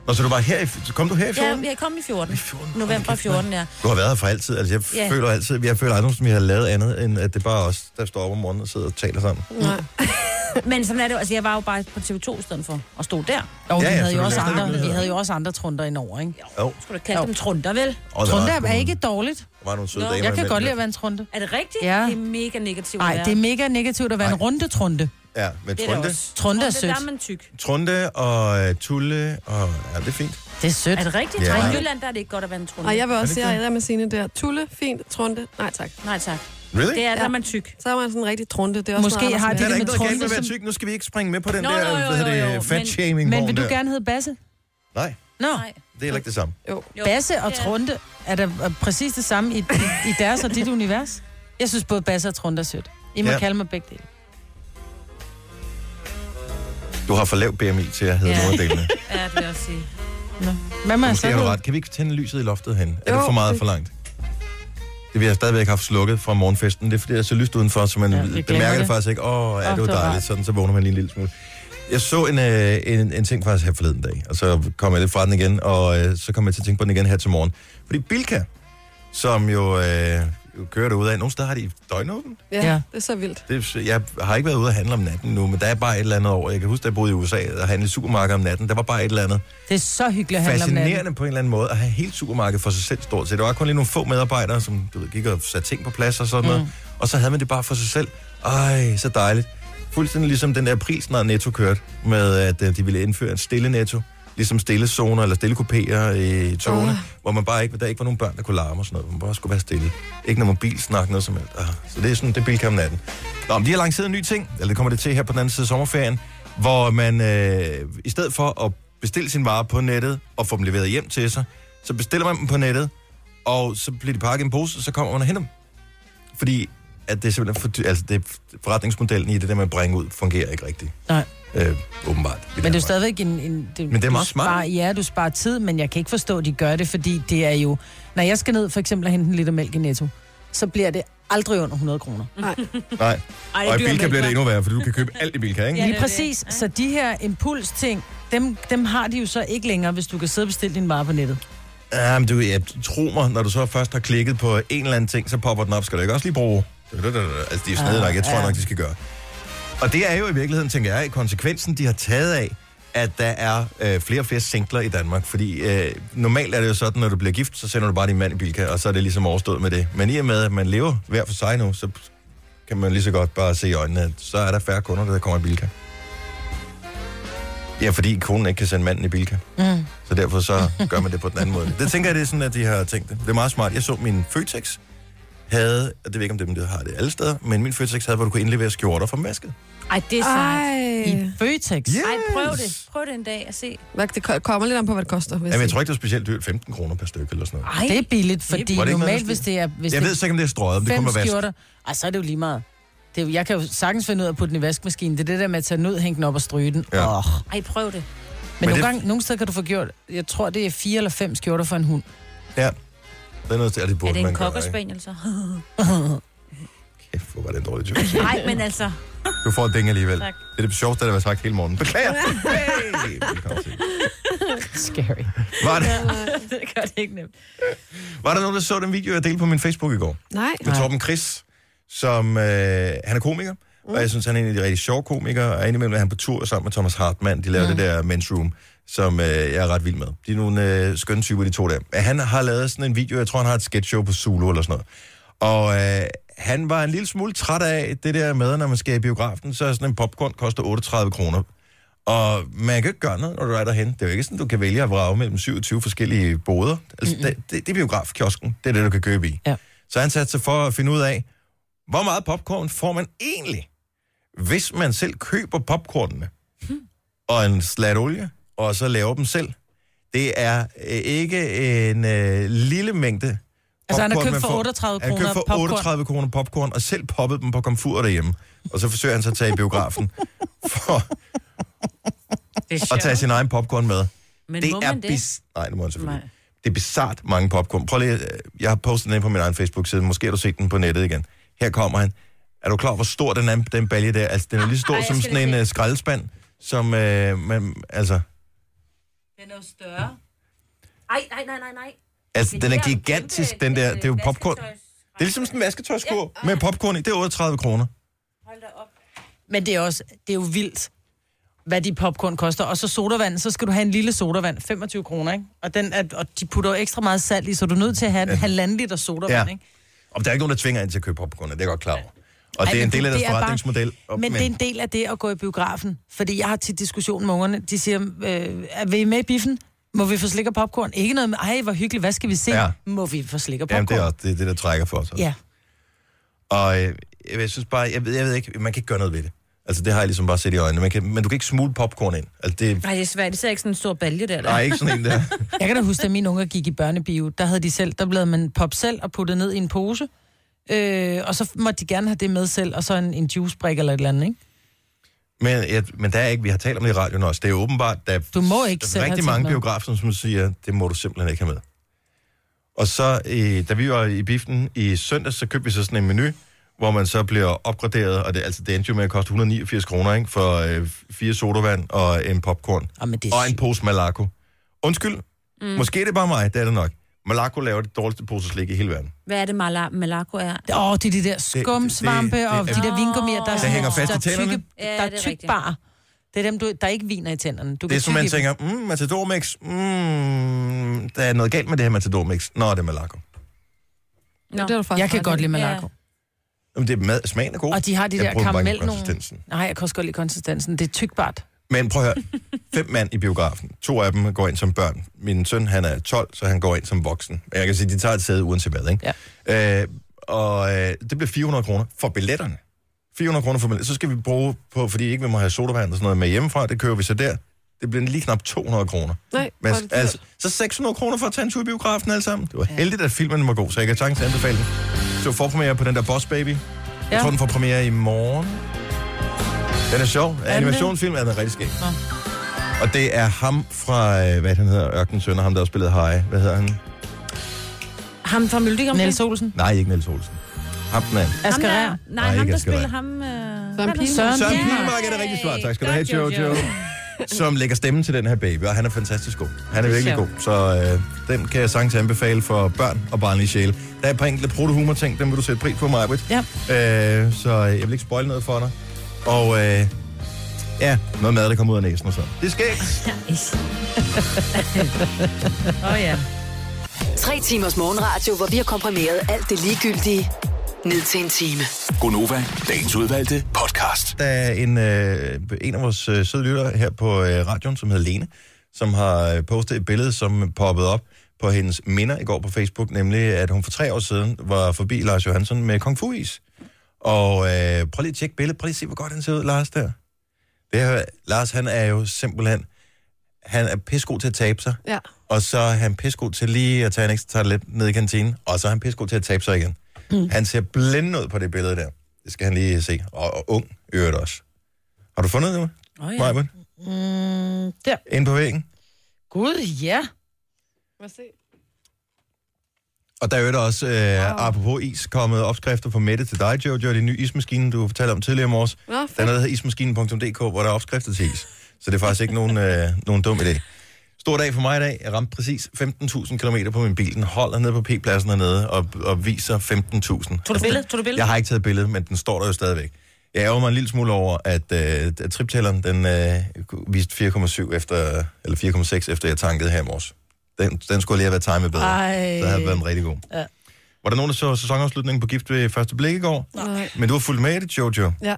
Og så du var her i, så kom du her i 14? Ja, jeg kom i 14. 14. November 14, ja. Du har været her for altid. Altså, jeg Ja. føler altid, jeg føler aldrig, som vi har lavet andet, end at det er bare os, der står op om morgenen og sidder og taler sammen. Nej. [laughs] Men sådan er det jo. Altså, jeg var jo bare på TV2 i stedet for, og stod der. Jo, Ja, ja, ja, vi, havde selvfølgelig. jo også Det er andre, det, vi det havde jo også andre trunder indover, ikke? Jo, Skulle du kalde dem trunter, vel? og der Trunder var, er ikke dårligt. der var nogle søde Nå. damer. Jeg kan imellem godt lide der. at være en trunde. Er det rigtigt? Ja. Det er mega negativt. Nej, det er mega negativt at være en runde trunde. Ja, med Trunde. Trunde er Der er sødt. man tyk. Trunde og uh, Tulle, og ja, det er fint. Det er sødt. Er det rigtigt? Ja. Nej, i Jylland der er det ikke godt at være en trunde. Og jeg vil også det sige, ikke at jeg er med sine der. Tulle, fint, trunde. Nej tak. Nej, tak. Really? Det er, der Ja. er man tyk. Så er man sådan en rigtig trunde. Det er også Måske noget, har Anders Der de er da Madsen. ikke med noget galt med at Trunde, være som- tyk. Nu skal vi ikke springe med på den Nå, jo, der jo, hvad hedder jo, jo, det, men- fat shaming Men vil du der. gerne hedde Basse? Nej, Nå, Nej. det er heller ikke det samme. Jo. Jo. Basse og Ja. Trunde er da øh, præcis det samme i, i, i deres [laughs] og dit univers. Jeg synes både Basse og Trunde er sødt. I må Ja. ja. kalde mig begge dele. Du har for lav BMI til at hedde Ja. yeah. noget af delene. [laughs] Ja, det vil jeg også sige. Hvad må jeg så Måske har du hedde? ret. Kan vi ikke tænde lyset i loftet hen? Er Jo. det for meget for langt? Det vi har stadigvæk haft slukket fra morgenfesten. Det er fordi, der er så lyst udenfor, så man Ja, ja, vi glemmer bemærker det. det. faktisk ikke. Åh, er Åh, det jo det var dejligt. rart. Sådan, så vågner man lige en lille smule. Jeg så en, øh, en, en ting faktisk her forleden dag, og så kom jeg lidt fra den igen, og øh, så kom jeg til at tænke på den igen her til morgen. Fordi Bilka, som jo, øh, jo kører derude af, nogle steder har de døgnåben. Ja. Ja, det er så vildt. Det, jeg har ikke været ude og handle om natten nu, men der er bare et eller andet over. Jeg kan huske, da jeg boede i USA og handlede i supermarkedet om natten, der var bare et eller andet Det er så hyggeligt at handle om natten. fascinerende på en eller anden måde at have hele supermarkedet for sig selv stort set. Der var kun lige nogle få medarbejdere, som du ved, gik og satte ting på plads og sådan noget. Mm. Og så havde man det bare for sig selv. Ej, så dejligt. Fuldstændig ligesom den der pris, når Netto kørte, med at øh, de ville indføre en stille Netto. Ligesom stille zoner eller stille kupéer i togene, Åh. hvor man bare ikke, der ikke var nogen børn, der kunne larme og sådan noget. Man bare skulle være stille. Ikke noget mobilsnak, noget som helst. Ah, så det er sådan, det er bilkamp natten. Nå, men de har lanceret en ny ting, eller det kommer det til her på den anden side af sommerferien, hvor man øh, i stedet for at bestille sin vare på nettet og få dem leveret hjem til sig, så bestiller man dem på nettet, og så bliver de pakket i en pose, og så kommer man og henter dem. Fordi at det er simpelthen for, dy- altså det, er- forretningsmodellen i det der med at bringe ud, fungerer ikke rigtigt. Nej. Øh, åbenbart. i Men det er jo Danmark. stadigvæk en... en det, Men det er du meget smart. Sparer, ja, du sparer tid, men jeg kan ikke forstå, at de gør det, fordi det er jo... Når jeg skal ned for eksempel og hente en liter mælk i Netto, så bliver det aldrig under 100 kroner. Nej. Ej, Og i dyrt, Bilka men- bliver det endnu værre, for du kan købe alt i Bilka, ikke? Ja, Lige det er det. præcis. Så de her impulsting, dem, dem har de jo så ikke længere, hvis du kan sidde og bestille din vare på nettet. Ja, men du, ja, tro mig, når du så først har klikket på en eller anden ting, så popper den op. Skal du ikke også lige bruge? Altså, de er snede nok. Jeg tror nok, de skal gøre. Og det er jo i virkeligheden, tænker jeg, konsekvensen, de har taget af, at der er øh, flere og flere singler i Danmark. Fordi øh, normalt er det jo sådan, når du bliver gift, så sender du bare din mand i Bilka, og så er det ligesom overstået med det. Men i og med, at man lever hver for sig nu, så kan man lige så godt bare se i øjnene, at så er der færre kunder, der kommer i Bilka. Ja, fordi konen ikke kan sende manden i Bilka. Mm. Så derfor så gør man det på den anden måde. Det tænker jeg, det er sådan, at de har tænkt det. Det er meget smart. Jeg så min Føtex havde, og det ved jeg ikke, om dem der har det alle steder, men min Føtex havde, hvor du kunne indlevere skjorter fra vasket. Ej, det er sejt. I Føtex. Yes. Ej, prøv det. Prøv det en dag og se. Hvad, det ko- kommer lidt an på, hvad det koster. Hvis Jamen, jeg tror ikke, det var specielt dyrt. 15 kroner per stykke eller sådan noget. Det er billigt, fordi Var det ikke noget, normalt, der hvis det er... Hvis Jeg det ved så ikke, om det er strøget, om det fem kommer vask. skjorter, ej, så er det jo lige meget. Det er jo, jeg kan jo sagtens finde ud af at putte den i vaskemaskinen. Det er det der med at tage den ud, hænge den op og stryge den. Ja. Oh. Ej, prøv det. Men, nogle, det- det... gange, nogle steder kan du få gjort, jeg tror, det er fire eller fem skjorter for en hund. Ja. Det er noget til, at det burde Er det en man gøre, ikke? kokkerspaniel så? [laughs] Kæft, hvor var det en dårlig joke. Nej, men altså, Du får et ding alligevel. Tak. Det er det sjoveste, der har været sagt hele morgenen. Beklager! Hey! Velkommen til. Scary. Var det, [laughs] det gør det ikke nemt. var der nogen, der så den video, jeg delte på min Facebook i går? Nej. med Torben Chris, som øh, han er komiker, mm. og jeg synes, han er en af de rigtig sjove komikere, og indimellem er han på tur sammen med Thomas Hartmann, de laver mm. det der Men's Room, som øh, jeg er ret vild med. De er nogle øh, skønne typer, de to der. Men Han har lavet sådan en video, jeg tror, han har et sketchshow på Zulu eller sådan noget. Og øh, han var en lille smule træt af det der med, når man skal i biografen, så er sådan en popcorn koster 38 kroner. Og man kan ikke gøre noget, når du er derhen. Det er jo ikke sådan, du kan vælge at vrage mellem 27 forskellige boder. Altså, mm. det, det, det er biografkiosken. Det er det, du kan købe i. Ja. Så han satte sig for at finde ud af, hvor meget popcorn får man egentlig, hvis man selv køber popcornene Hmm. og en slat olie, og så laver dem selv. Det er øh, ikke en øh, lille mængde Altså, han har popcorn, man købt for får. 38 Han købte kroner for popcorn. 38 kroner popcorn, og selv poppet dem på komfur derhjemme. Og så forsøger han så at tage i [laughs] biografen for Det er at tage sjovt. sin egen popcorn med. Men det må er man det? Bis... Nej, det må han selvfølgelig. Nej. Nej. Det er bizart mange popcorn. Prøv lige, øh, jeg har postet den på min egen Facebook-side. Måske har du set den på nettet igen. Her kommer han. Er du klar, hvor stor den er, den balje der? Altså, den er lige så stor Ej, jeg som skal sådan en lige uh, skraldespand, som øh, man, altså, Den er jo større. Ej, nej, nej, nej, nej. altså Men den det er jo gigantisk, kæmpe, den der, øh, det er jo popcorn. Det vasketøjs- er ligesom sådan en vasketøjskur ja. med popcorn i, det er 38 kroner. Hold da op. Men det er, også, det er jo vildt, hvad de popcorn koster. Og så sodavand, så skal du have en lille sodavand, 25 kroner, ikke? Og, den er, og de putter jo ekstra meget salt i, så du er nødt til at have en halvanden liter sodavand, Ja. ja. ikke? Og der er ikke nogen, der tvinger ind til at købe popcorn, det er jeg godt klar over. Og Ej, det er en men del af deres det er bare- forretningsmodel. og- Men, men det er en del af det at gå i biografen. Fordi jeg har tit diskussion med ungerne. De siger, øh, er vi med i biffen? Må vi få slik og popcorn? Ikke noget med, ej, hvor hyggeligt, hvad skal vi se? Ja. Ja. Må vi få slik og popcorn? Jamen, det er også det, er det, der trækker for sig. Ja. Og øh, jeg, jeg synes bare, jeg ved, jeg ved ikke, man kan ikke gøre noget ved det. Altså, det har jeg ligesom bare set i øjnene. Man kan, men du kan ikke smule popcorn ind. Altså, det Nej, det er svært. Det er ikke sådan en stor balje der. er ikke sådan en der. Jeg kan da huske, at mine unger gik i børnebio, der havde de selv, der blev man pop selv og puttet ned i en pose. Øh, og så måtte de gerne have det med selv, og så en, en juicebrik eller et eller andet, ikke? Men, jeg, men der er ikke, vi har talt om det i radioen også. Det er åbenbart, der Du må ikke der er selv have rigtig ting mange med. biografer, som siger, det må du simpelthen ikke have med. Og så, øh, da vi var i biffen i søndags, så købte vi så sådan en menu, hvor man så bliver opgraderet, og det, altså, det endte jo med at koste 189 kroner, ikke? For øh, fire sodavand og en popcorn. Oh, men det er og en sygt. pose Malaco. Undskyld, mm. måske er det bare mig, det er det nok. Malaco laver det dårligste pose slik i hele verden. Hvad er det, Mala- Malaco er? Åh, oh, det er de der skumsvampe det- det- og de det- der vingummier, der, er sådan- hænger fast i der er tænderne. tykke- Ja, det Der er er tyk rigtigt. bar. Det er dem, du, der ikke viner i tænderne. Du Det er kan som, tygge i man dem. tænker, mm, Matador Mix, mm, der er noget galt med det her Matador Mix. Nå, det er Malaco. Nå. Det er du faktisk Jeg kan ret godt i. lide Malaco. Jamen, det er mad, smagen er god. Og de har de Jeg der prøvede bare ikke karamel nogle... konsistensen. Nej, jeg kan også godt lide konsistensen. Det er tykbart. Men prøv at høre, fem mand i biografen. To af dem går ind som børn. Min søn, han er 12, så han går ind som voksen. Men Jeg kan sige, de tager et sæde uanset hvad, ikke? Ja. Øh, og øh, det bliver 400 kroner for billetterne. 400 kroner for billetterne. Så skal vi bruge på, fordi ikke vi må have sodavand og sådan noget med hjemmefra, det kører vi så der. Det bliver lige knap 200 kroner. Nej, hvor Men, er det dyrt. altså, så 600 kroner for at tage en tur i biografen alle sammen. Det var heldigt, at filmen var god, så jeg kan sagtens anbefale den. Så forpremiere på den der Boss Baby. Ja. Jeg Ja. tror, den får premiere i morgen. Den er sjov. Animationsfilm er den rigtig skæg. Og det er ham fra, øh, hvad han hedder, Ørken Sønder, ham der også spillede Hej. Hvad hedder han? Ham fra Melodi Grand Prix? Niels Olsen. Nej, ikke Niels Olsen. Ham den anden. Ham Asger der, Rær. Nej, nej, ham ikke der Asger spiller Rær. ham... Øh... Søren hvad er det? Pihl. Søren Søren Pihl. [laughs] Pilmark er det rigtige svar. Tak skal du have, Jojo. som lægger stemmen til den her baby, og han er fantastisk god. Han er Det er virkelig god, sjovt. så øh, den kan jeg sagtens anbefale for børn og barnlige sjæle. Der er et par enkelte protohumor-ting, dem vil du sætte pris på, Maja Ja. øh, så jeg vil ikke spoil noget for dig. Og øh, ja, noget mad, der kommer ud af næsen og sådan. Det skal Åh oh, ja. Tre timers morgenradio, hvor vi har komprimeret alt det ligegyldige ned til en time. Gonova, dagens udvalgte podcast. Der er en, øh, en af vores øh, søde lyttere her på øh, radioen, som hedder Lene, som har øh, postet et billede, som poppede op på hendes minder i går på Facebook, nemlig at hun for tre år siden var forbi Lars Johansson med Kung Fu Is. Og øh, prøv lige at tjekke billedet, prøv lige at se, hvor godt han ser ud, Lars der. Det her, Lars, han er jo simpelthen, han er pissegod til at tabe sig. Ja. Og så er han pissegod til lige at tage en ekstra toilet ned i kantinen, og så er han pissegod til at tabe sig igen. Mm. Han ser blændende ud på det billede der. Det skal han lige se. Og, og ung i øvrigt også. Har du fundet det, Åh oh, ja. Maja? Mm, der. Inde på væggen. Gud, ja. Må jeg se? Og der er jo også, øh, wow. apropos is, kommet opskrifter fra Mette til dig, Jojo, det er en ny ismaskine, du fortalte om tidligere i morges. Nå, Der er noget, der hedder ismaskinen.dk, hvor der er opskrifter til is. Så det er faktisk ikke nogen, øh, nogen dum idé. Stor dag for mig i dag. Jeg ramte præcis 15.000 km på min bil. Den holder nede på P-pladsen hernede og, og viser 15.000. Tog du billede? Tog du billede? Jeg har ikke taget billede, men den står der jo stadigvæk. Jeg ærger mig en lille smule over, at, øh, at triptælleren den, øh, viste 4,7 efter, eller 4,6 efter jeg tankede her i morges. Den, den skulle lige have været timet bedre. Ej. Så havde den været rigtig god. Ja. Var der nogen, der så sæsonafslutningen på Gift ved første blik i går? Nej. Men du har fulgt med i det, Jojo. Ja.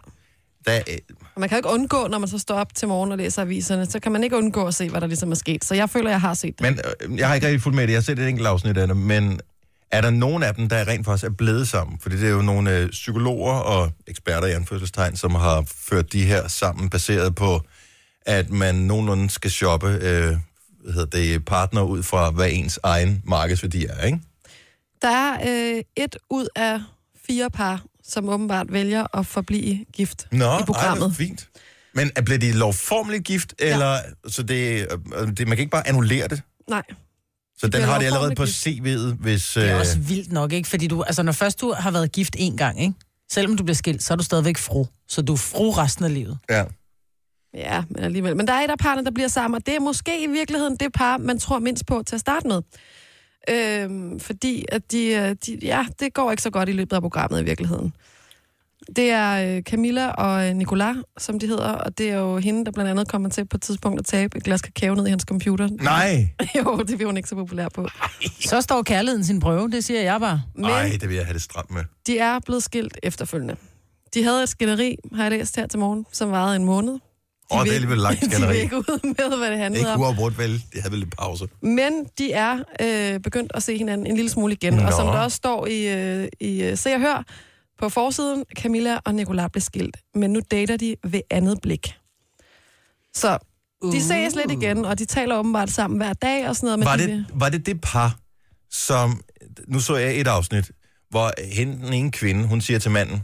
Der, øh, Og man kan jo ikke undgå, når man så står op til morgen og læser aviserne, så kan man ikke undgå at se, hvad der ligesom er sket. Så jeg føler, jeg har set det. men øh, jeg har ikke rigtig fulgt med i det. Jeg har set et enkelt afsnit af det, men er der nogen af dem, der rent faktisk er blevet sammen? Fordi det er jo nogle øh, psykologer og eksperter i anførselstegn, som har ført de her sammen, baseret på, at man nogenlunde skal shoppe øh, hvad hedder det, partner ud fra, hvad ens egen markedsværdi er, ikke? Der er øh, et ud af fire par, som åbenbart vælger at forblive gift Nå, i programmet. Ej, hvor fint. Men er, bliver de lovformeligt gift, eller så det, øh, det, man kan ikke bare annullere det? Nej. Så den bliver har de allerede på lovformeligt CV'et, hvis... Det er øh, også vildt nok, ikke? Fordi du, altså, når først du har været gift en gang, ikke? Selvom du bliver skilt, så er du stadigvæk fru. Så du er fru resten af livet. Ja. Ja, men alligevel. Men der er et af parrene, der bliver sammen, og det er måske i virkeligheden det par, man tror mindst på til at starte med. Øhm, fordi at de, øh, de, ja, det går ikke så godt i løbet af programmet i virkeligheden. Det er øh, Camilla og øh, Nicolas, som de hedder, og det er jo hende, der blandt andet kommer til på et tidspunkt at tabe et glas kakao ned i hans computer. Nej! [laughs] jo, det bliver hun ikke så populær på. Så står kærligheden sin prøve, det siger jeg bare. Men Nej, det vil jeg have det stramt med. de er blevet skilt efterfølgende. De havde et skænderi, har jeg læst her til morgen, som varede en måned. De Åh, det vil- er alligevel langt [laughs] De skænderi. vil ikke ud med, hvad det handlede Ikke om. uafbrudt, vel? Det havde vel lidt pause. Men de er øh, begyndt at se hinanden en lille smule igen. Nå. Og som Nå. der også står i, øh, i øh, Se og Hør på forsiden, Camilla og Nicolas blev skilt. Men nu dater de ved andet blik. Så de uh. ses lidt igen, og de taler åbenbart sammen hver dag og sådan noget. Men Var de, det, vil- var det det par, som... Nu så jeg et afsnit, hvor hende, den ene kvinde, hun siger til manden,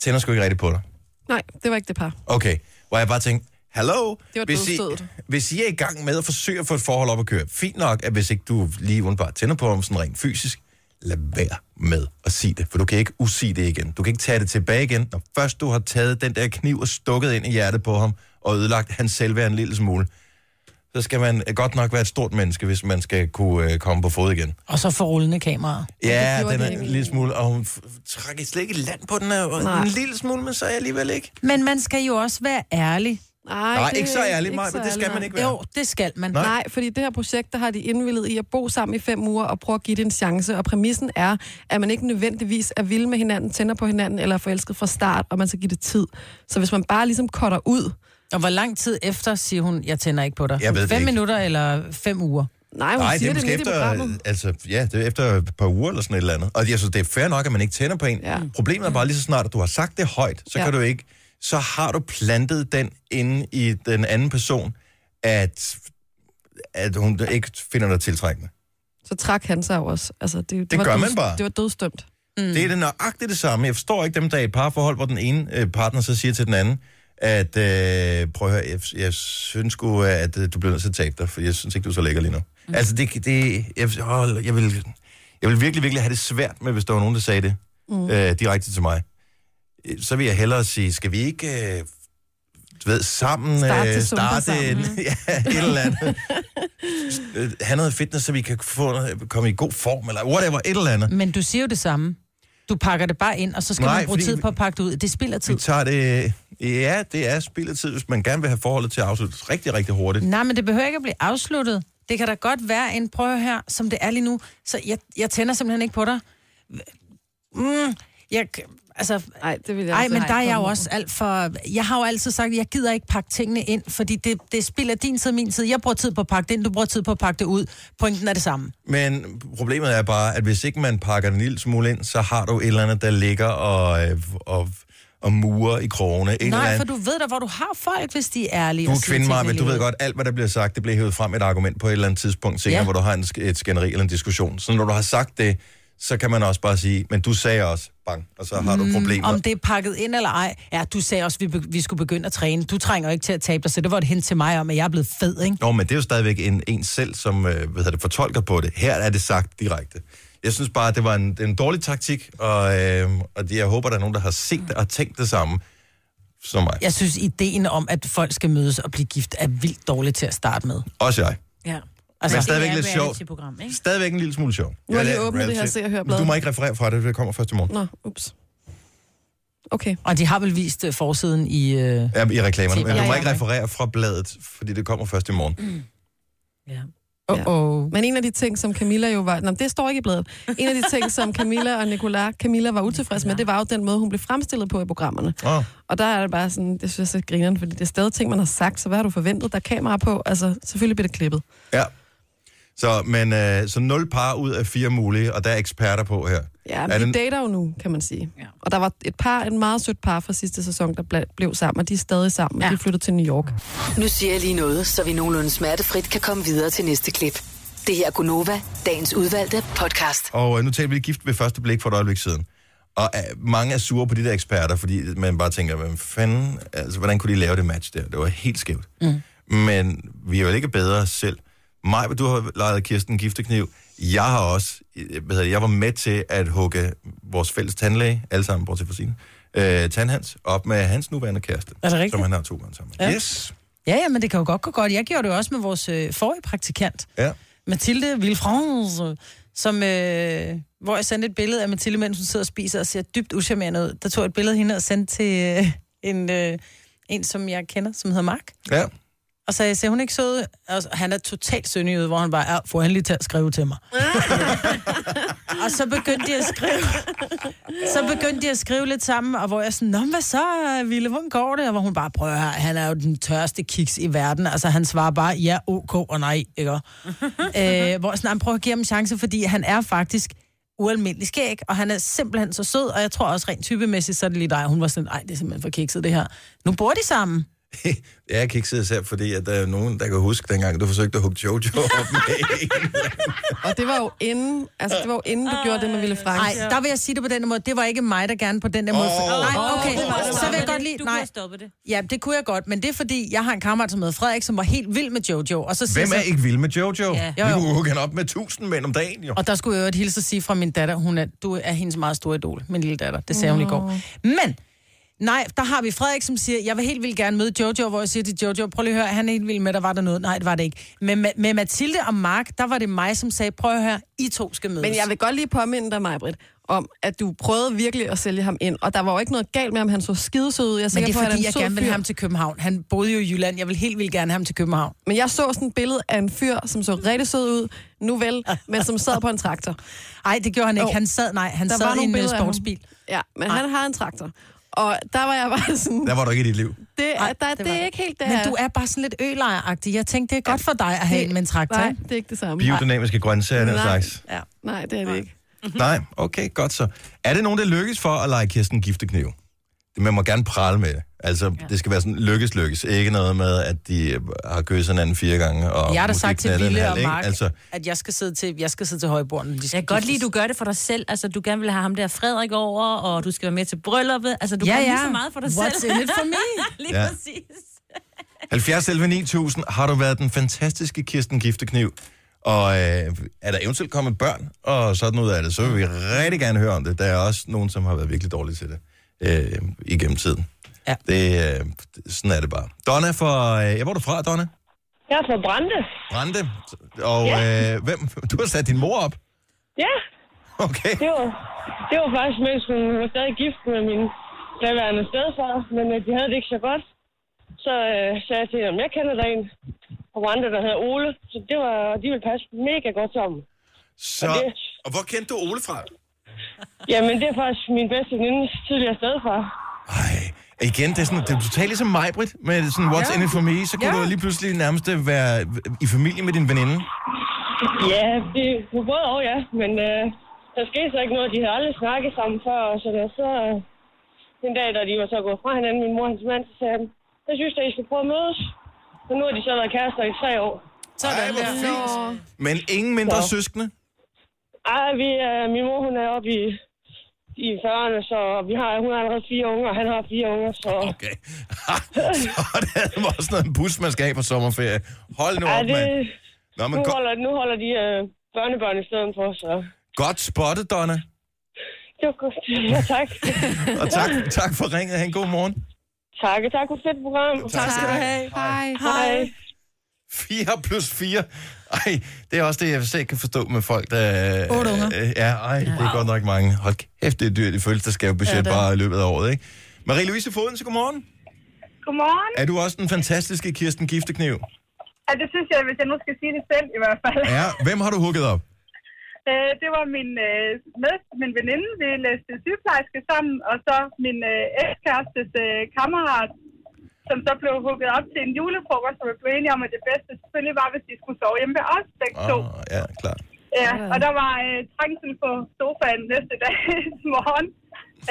tænder sgu ikke rigtigt på dig. Nej, det var ikke det par. Okay, hvor jeg bare tænkte, hallo, Det var hvis, I, dødsstødet. hvis I er i gang med at forsøge at få et forhold op at køre, fint nok, at hvis ikke du lige udenbart tænder på ham sådan rent fysisk, lad være med at sige det, for du kan ikke usige det igen. Du kan ikke tage det tilbage igen, når først du har taget den der kniv og stukket ind i hjertet på ham, og ødelagt hans selvværd en lille smule. Så skal man øh, godt nok være et stort menneske, hvis man skal kunne øh, komme på fod igen. Og så for rullende kameraer. Ja, gjorde den det er en ikke. lille smule, og hun f- f- trak slet ikke i land på den her, Nej. en lille smule, men så er jeg alligevel ikke. Men man skal jo også være ærlig. Nej, Nej, det- ikke så ærlig, Maja, så men det skal ærlig, man nej. ikke være. Jo, det skal man. Nej. Nej. Nej, fordi det her projekt, der har de indvillet i at bo sammen i fem uger og prøve at give det en chance. Og præmissen er, at man ikke nødvendigvis er vild med hinanden, tænder på hinanden eller er forelsket fra start, og man skal give det tid. Så hvis man bare ligesom cutter ud, Og hvor lang tid efter siger hun, jeg tænder ikke på dig? Jeg ved det fem ikke. minutter eller fem uger? Nej, hun Nej, det siger er det, måske midt i efter, programmet. altså, ja, det er efter et par uger eller sådan et eller andet. Og jeg synes, det er fair nok, at man ikke tænder på en. Ja. Ja. Problemet er bare lige så snart, at du har sagt det højt, så ja. Ja. kan du ikke, så har du plantet den inde i den anden person, at, at hun ikke finder dig tiltrækkende. Så trak han sig jo også. Altså, det, det, Det var gør man døds- bare. Det var dødstømt. Mm. Det er det nøjagtigt det samme. Jeg forstår ikke dem, der er i et parforhold, hvor den ene øh, partner så siger til den anden, at øh, prøv at høre, jeg, jeg synes sgu, at øh, du bliver nødt til at tabe dig, for jeg synes ikke, du er så lækker lige nu. Mm. Altså, det, det jeg, hold, jeg, vil, jeg vil virkelig, virkelig have det svært med, hvis der var nogen, der sagde det Mm. mm. øh, direkte til mig. Øh, Så vil jeg hellere sige, skal vi ikke øh, du ved, sammen Starte øh, til Zumba starte en, sammen. [laughs] ja, et eller andet. Øh, have noget fitness, så vi kan få, noget- komme i god form, eller whatever, et eller andet. Men du siger jo det samme. Du pakker det bare ind, og så skal Nej, Nej, man bruge fordi tid vi- på at pakke det ud. Det spilder tid. Vi tager det... Ja, det er spild af tid, hvis man gerne vil have forholdet til at afsluttes rigtig, rigtig hurtigt. Nej, men det behøver ikke at blive afsluttet. Det kan da godt være en prøve her, som det er lige nu. Så jeg, jeg tænder simpelthen ikke på dig. Mm, jeg, altså, Nej, det vil jeg ej, altså- men der er jeg jo kom også alt for... Jeg har jo altid sagt, at jeg gider ikke pakke tingene ind, fordi det, det spilder din tid og min tid. Jeg bruger tid på at pakke det ind, du bruger tid på at pakke det ud. Pointen er det samme. Men problemet er bare, at hvis ikke man pakker den lille smule ind, så har du et eller andet, der ligger og, øh, og, og murer i krogene. Et eller Nej, andet. for du ved da, hvor du har folk, hvis de er ærlige. Du og er siger kvinde, tingene Maja, men du lige ved ud. godt, alt hvad der bliver sagt, det bliver hævet frem i et argument på et eller andet tidspunkt senere, ja. Ja. hvor du har en, sk- et skænderi eller en diskussion. Så når du har sagt det, så kan man også bare sige, men du sagde også, bang, og så har du problemer. Mm, Om det er pakket ind eller ej. Ja, du sagde også, at vi, be- vi skulle begynde at træne. Du trænger jo ikke til at tabe dig, så det var et hint til mig om, at jeg er blevet fed, ikke? Nå, men det er jo stadigvæk en, en selv, som øh, hvad hedder det, fortolker på det. Her er det sagt direkte. Jeg synes bare, det var en, det er en dårlig taktik, og, øh, og det, jeg håber, der er nogen, der har set det og tænkt det samme som mig. Jeg synes, ideen om, at folk skal mødes og blive gift, er vildt dårlig til at starte med. Også jeg. Ja. Altså, Men stadigvæk Det er lidt sjovt. reality-program, ikke? Stadigvæk en lille smule sjov. Nu har Ja, jeg er lige åbnet det her reality. Se og Hør Men blad. Du må ikke referere fra det, for det kommer først i morgen. Nå, ups. Okay. og de har vel vist øh, forsiden i... Øh... Ja, i reklamerne. Men Ja, du må ja, ikke ja. referere fra bladet, fordi det kommer først i morgen. Ja. Oh, oh. Men en af de ting, som Camilla jo var... Nå, men det står ikke i bladet. En af de ting, som Camilla og Nicolas Camilla var utilfredse med, det var jo den måde, hun blev fremstillet på i programmerne. Åh, Og der er det bare sådan, det synes jeg så grineren, fordi det er stadig ting, man har sagt, så hvad har du forventet, der er kamera på? Altså, selvfølgelig bliver det klippet. ja. Så, men, øh, så nul par ud af fire mulige, og der er eksperter på her. Ja, Er men de den- dater jo nu, kan man sige. Ja. Og der var et par, en meget sødt par fra sidste sæson, der ble- blev sammen, og de er stadig sammen, ja. Ja. de flyttede til New York. Nu siger jeg lige noget, så vi nogenlunde smertefrit kan komme videre til næste klip. Det her er Gunova, dagens udvalgte podcast. Og øh, nu taler vi gift ved første blik for et øjeblik siden. Og øh, mange er sure på de der eksperter, fordi man bare tænker, hvad fanden, altså, hvordan kunne de lave det match der? Det var helt skævt. Mm. Men vi er jo ikke bedre selv. Maj, du har lejet Kirsten giftekniv. Jeg har også, øh, hvad hedder det, jeg var med til at hugge vores fælles tandlæge, alle sammen, bortset fra sine, øh, tandhans, op med hans nuværende kæreste. Er det rigtigt? Som han har to gange sammen. Ja. Ja. Yes. Ja, ja, men det kan jo godt gå godt. Jeg gjorde det jo også med vores øh, forrige praktikant, Ja. Mathilde Villefrance, som, øh, hvor jeg sendte et billede af Mathilde, mens hun sidder og spiser og ser dybt uschammerende ud. Der tog jeg et billede af hende og sendte til øh, en, øh, en, som jeg kender, som hedder Mark. Ja. Og sagde, ser hun ikke sød? ud?" Og så- han er totalt sønderjyde, hvor han bare er, får han lige til at skrive til mig. og så begyndte de at skrive. så begyndte de at skrive lidt sammen, og hvor jeg sådan, Nå, men hvad så, Ville, hvordan går det? Og hvor hun bare, prøver her, han er jo den tørste kiks i verden. Altså, han svarer bare, ja, ok og nej, ikke? øh, hvor jeg sådan, "Jamen, prøv at give ham en chance, fordi han er faktisk ualmindelig skæg, og han er simpelthen så sød, og jeg tror også rent typemæssigt, så er det lige dig. Hun var sådan, nej, det er simpelthen for kikset, det her. Nu bor de sammen. Ja, jeg kan ikke sidde især, fordi at der er nogen, der kan huske dengang, du forsøgte at hugge Jojo op [laughs] med en. Og det var jo inden, altså det var jo inden du gjorde det med Ville Frank. Nej, der vil jeg sige det på den måde. Det var ikke mig, der gerne på den der måde. Åh. Nej, Åh, okay. du kunne have Så vil jeg stoppet godt det. lige... Du kunne Nej, have stoppet det. ja, det kunne jeg godt. Men det er fordi, jeg har en kammerat, som hedder Frederik, som var helt vild med Jojo. Og så siger Hvem er så, ikke vild med Jojo? Ja. Vi Jo, jo. kunne hugge hende op med tusind mænd om dagen, jo. Og der skulle jeg jo et hilse at sige fra min datter, hun er, du er hendes meget store idol, min lille datter. Det sagde hun i går. Men, nej, der har vi Frederik, som siger, jeg vil helt vildt gerne møde Jojo, hvor jeg siger til Jojo, prøv lige at høre, han er helt vild med, der var der noget. Nej, det var det ikke. Men med, med Mathilde og Mark, der var det mig, som sagde, prøv at høre, I to skal mødes. Men jeg vil godt lige påminde dig, Majbrit, om at du prøvede virkelig at sælge ham ind, og der var jo ikke noget galt med ham, han så skidesød ud. Jeg er Men sikker det på, er at han er fordi, jeg en sød gerne vil fyr. have ham til København. Han boede jo i Jylland. Jeg vil helt vildt gerne have ham til København. Men jeg så sådan et billede af en fyr, som så rigtig sød ud, nu vel, men som sad på en traktor. Nej, det gjorde han ikke. Jo. Han sad, nej, han Der sad var i nogle en øh, billeder af ham. sportsbil. Ja, men han har en traktor. Og der var jeg bare sådan, Der var du ikke i dit liv. det, er, Ej, der, det det, var er det. ikke helt det Men her. du er bare sådan lidt ølejeragtig. Jeg tænkte, det er godt for dig at have en med en traktor. Nej, ikke? det er ikke det samme. Nej, Biodynamiske grøntsager, den Nej. slags. Ja. Mhm. nej det er det ikke. Nej, okay, godt så. Er det nogen, der lykkes for at lege Kirsten Giftekniv? Man må gerne prale med det. Altså, ja. det skal være sådan lykkes-lykkes. Ikke noget med, at de øh, har kysset hinanden fire gange. Og Jeg har da måske sagt til knaldet en Ville halv, og ikke? Mark, Altså, at jeg skal sidde til, jeg skal sidde til højborden. når de Jeg skal kan godt lide, at giftes. du gør det for dig selv. Altså, du gerne vil have ham der Frederik over, og du skal være med til brylluppet. Altså, du Ja, gør lige ja. så meget for dig What's selv. in it for me? lige Ja. ja. præcis. 70 11 9000 har du været den fantastiske Kirsten Giftekniv. Og øh, er der eventuelt kommet børn og sådan noget af det, så vil vi rigtig gerne høre om det. Der er også nogen, som har været virkelig dårlige til det. øh, igennem tiden. Ja. Det, øh, sådan er det bare. Donna fra... Øh, ja, hvor er du fra, Donna? Jeg er fra Brande. Brande. Og øh, hvem? Du har sat din mor op. Ja, Okay. det var, det var faktisk, mens hun var stadig gift med min daværende stedfar, men øh, de havde det ikke så godt. Så øh, sagde jeg til hende, om jeg kender der en fra Brande, der hedder Ole. Så det var, og de ville passe mega godt sammen. Så, Og det- og hvor kendte du Ole fra? Jamen, det er faktisk min bedste venindes tidligere stedfar. Ej, igen, det er, sådan, det er totalt ligesom mig, Britt, med sådan what's in it for me, så kunne Ja. du lige pludselig nærmest øh, være i familie med din veninde. Ja, det var både og ja, men øh, der skete så ikke noget. De havde aldrig snakket sammen før, og så der så... Øh, den dag, da de var så gået fra hinanden, min mor og hans mand, så sagde han, jeg synes, at I skal prøve at mødes. Og nu har de så været kærester i tre år. Ej, hvor fint. Men ingen mindre Så. søskende? Ej, vi, øh, min mor, hun er oppe i, i 40'erne, så vi har, hun har allerede fire unger, og han har fire unger, så... Okay. [laughs] så er det er det også noget en bus, man skal have på sommerferie. Hold nu Ej, op, det, mand. Nå, nu, men go- holder, nu holder de øh, børnebørn i stedet for, så... godt spottet, Donna. Det var godt. [laughs] Ja, tak. [laughs] Og tak, tak for ringet. Ha' en god morgen. tak, og tak for et fedt program. Tak skal du have. Hej. Hej. 4 plus 4. Ej, det er også det, jeg selv ikke kan forstå med folk, der... Otte unger. Øh, ja, ej, det er godt nok mange. Hold kæft, det er dyrt i følelsesgavebudget ja, bare i løbet af året, ikke? Marie-Louise Foden, så godmorgen. Godmorgen. Er du også den fantastiske Kirsten Giftekniv? Ja, det synes jeg, hvis jeg nu skal sige det selv i hvert fald. Ja, hvem har du hugget op? Øh, det var min, øh, med, min veninde, vi læste sygeplejerske sammen, og så min øh, ekskærestes øh, kammerat, som så blev hugget op til en julefrokost, og vi blev enige om, at det bedste selvfølgelig var, hvis de skulle sove hjemme ved os begge to. Ah, ja, klar. Ja, og der var øh, trængsel på sofaen næste dag [laughs] morgen.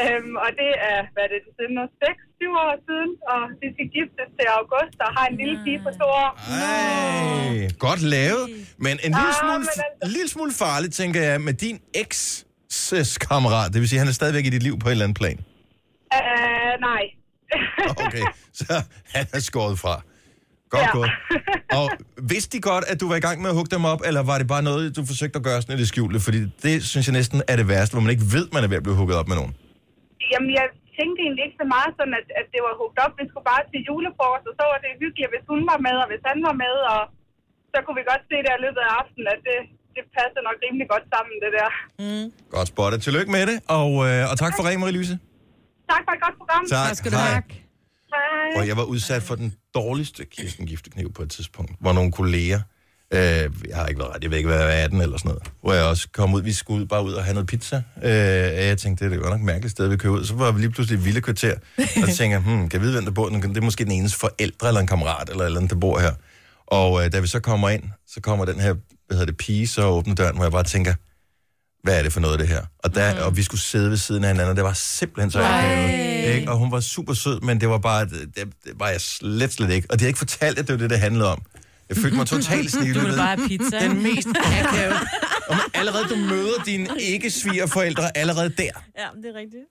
Øhm, og det er, hvad er det, siden 6 7 år siden, og de skal giftes til august, og har en lille pige på to år. Ej, Øh, godt lavet. Men en lille Ah, smule, men altså- en lille smule farligt, tænker jeg, med din eks kammerat. Det vil sige, at han er stadigvæk i dit liv på et eller andet [laughs] plan. Øh, nej. Okay, så han er skåret fra. Godt Ja. [laughs] gået. Og vidste de godt, at du var i gang med at hugge dem op, eller var det bare noget, du forsøgte at gøre sådan i det skjulte? Fordi det synes jeg næsten er det værste, hvor man ikke ved, man er ved at blive hugget op med nogen. Jamen, jeg tænkte egentlig ikke så meget sådan, at, at det var hugt op. Vi skulle bare til julefrokost, og så var det hyggeligt, hvis hun var med, og hvis han var med, og så kunne vi godt se der i løbet af aftenen, at det, det passer nok rimelig godt sammen, det der. Mm. Godt spottet. Tillykke med det, og, øh, og tak for ringen, Marie-Louise. Tak for et godt program. Tak. skal du Hej. have. Hej. Og jeg var udsat for den dårligste Kirsten Giftekniv på et tidspunkt, hvor nogle kolleger, øh, jeg har ikke været ret, jeg ved ikke, hvad jeg var 18 eller sådan noget, hvor jeg også kom ud, vi skulle ud, bare ud og have noget pizza. Øh, og jeg tænkte, det er da godt nok et mærkeligt sted, vi kører ud. Så var vi lige pludselig i et vilde kvarter, og så tænker jeg, hmm, kan jeg vide, hvem der bor? Det er måske den enes forældre eller en kammerat eller et eller andet, der bor her. Og øh, da vi så kommer ind, så kommer den her, hvad hedder det, pige, så åbner døren, hvor jeg bare tænker, hvad er det for noget, det her? Og, Mhm. der, og vi skulle sidde ved siden af hinanden, og det var simpelthen så akavet. Ikke? Og hun var super sød, men det var bare, det, det var jeg slet, slet ikke. Og de har ikke fortalt, at det var det, det handlede om. Jeg følte mig totalt snildet. Du vil bare have pizza. Den mest [laughs] akavet. Og man- allerede du møder dine ikke svigerforældre allerede der. [laughs] Ja, det er rigtigt.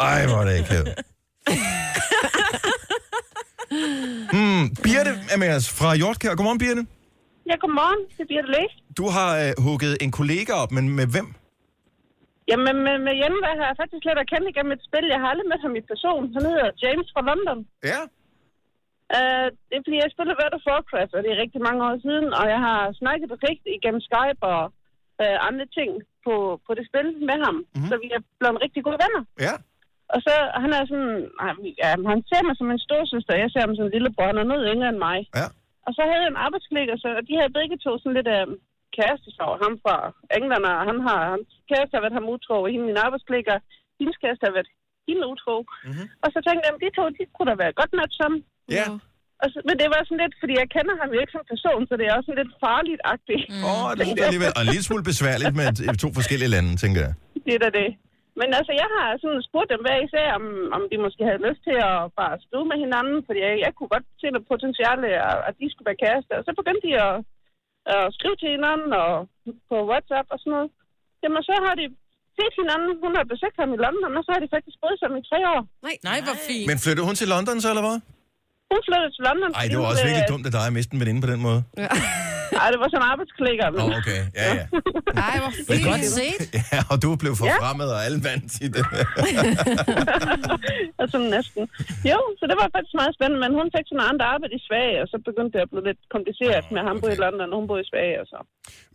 Ej, hvor er det akavet. Mm, Birte er med os fra Hjortkær. Godmorgen, Birte. Ja, godmorgen. Det bliver det læst. Du har øh, hugget en kollega op, men med hvem? Jamen, med, med hjemme har jeg faktisk slet at kende igennem et spil. Jeg har aldrig mødt ham i person. Han hedder James fra London. Ja. Uh, det er fordi, jeg spillede World of Warcraft, og det er rigtig mange år siden, og jeg har snakket perfekt igennem Skype og uh, andre ting på, på det spil med ham. Mhm. Mm-hmm. Så vi er blevet rigtig gode venner. Ja. Og så, han er sådan, han, ja, han ser mig som en storsøster, og jeg ser ham som en lillebror, han er noget yngre end mig. Ja. Og så havde jeg en arbejdskollega, så, og de havde begge to sådan lidt øh, kærestesorg. Ham fra England, og han har, hans kæreste har været ham utro, og hende min arbejdskollega, hendes kæreste har været hende utro. Mm-hmm. Og så tænkte jeg, at de to, de kunne da være godt nok sammen. Mhm. Ja. Og så, men det var sådan lidt, fordi jeg kender ham jo ikke som person, så det er også sådan lidt farligt-agtigt. Mm. Åh, oh, det er alligevel og en lille smule besværligt med t- to forskellige lande, tænker jeg. Det er da det. Men altså, jeg har sådan spurgt dem hver især, om, om de måske havde lyst til at bare stå med hinanden, fordi jeg, jeg kunne godt se noget potentiale, at- at de skulle være kærester. Og så begyndte de at, at skrive til hinanden og på WhatsApp og sådan noget. Jamen, så har de set hinanden. Hun har besøgt ham i London, og så har de faktisk boet sammen i tre år. Nej, hvor fint. Men flyttede hun til London så, eller hvad? Hun flyttede til London. Ej, fordi det var hun også blev- virkelig dumt af dig at miste en veninde på den måde. Ej, det var sådan en arbejdsklikker, men... Nå, okay. Ja, ja. Ej, hvor Men fint. godt set. [laughs] Ja, og du blev forfremmet, og alle vandt [laughs] i det. og sådan næsten. Jo, så det var faktisk meget spændende, men hun fik sådan andet arbejde i Sverige, og så begyndte det at blive lidt kompliceret med ham boede i London, og hun boede i Sverige, og så.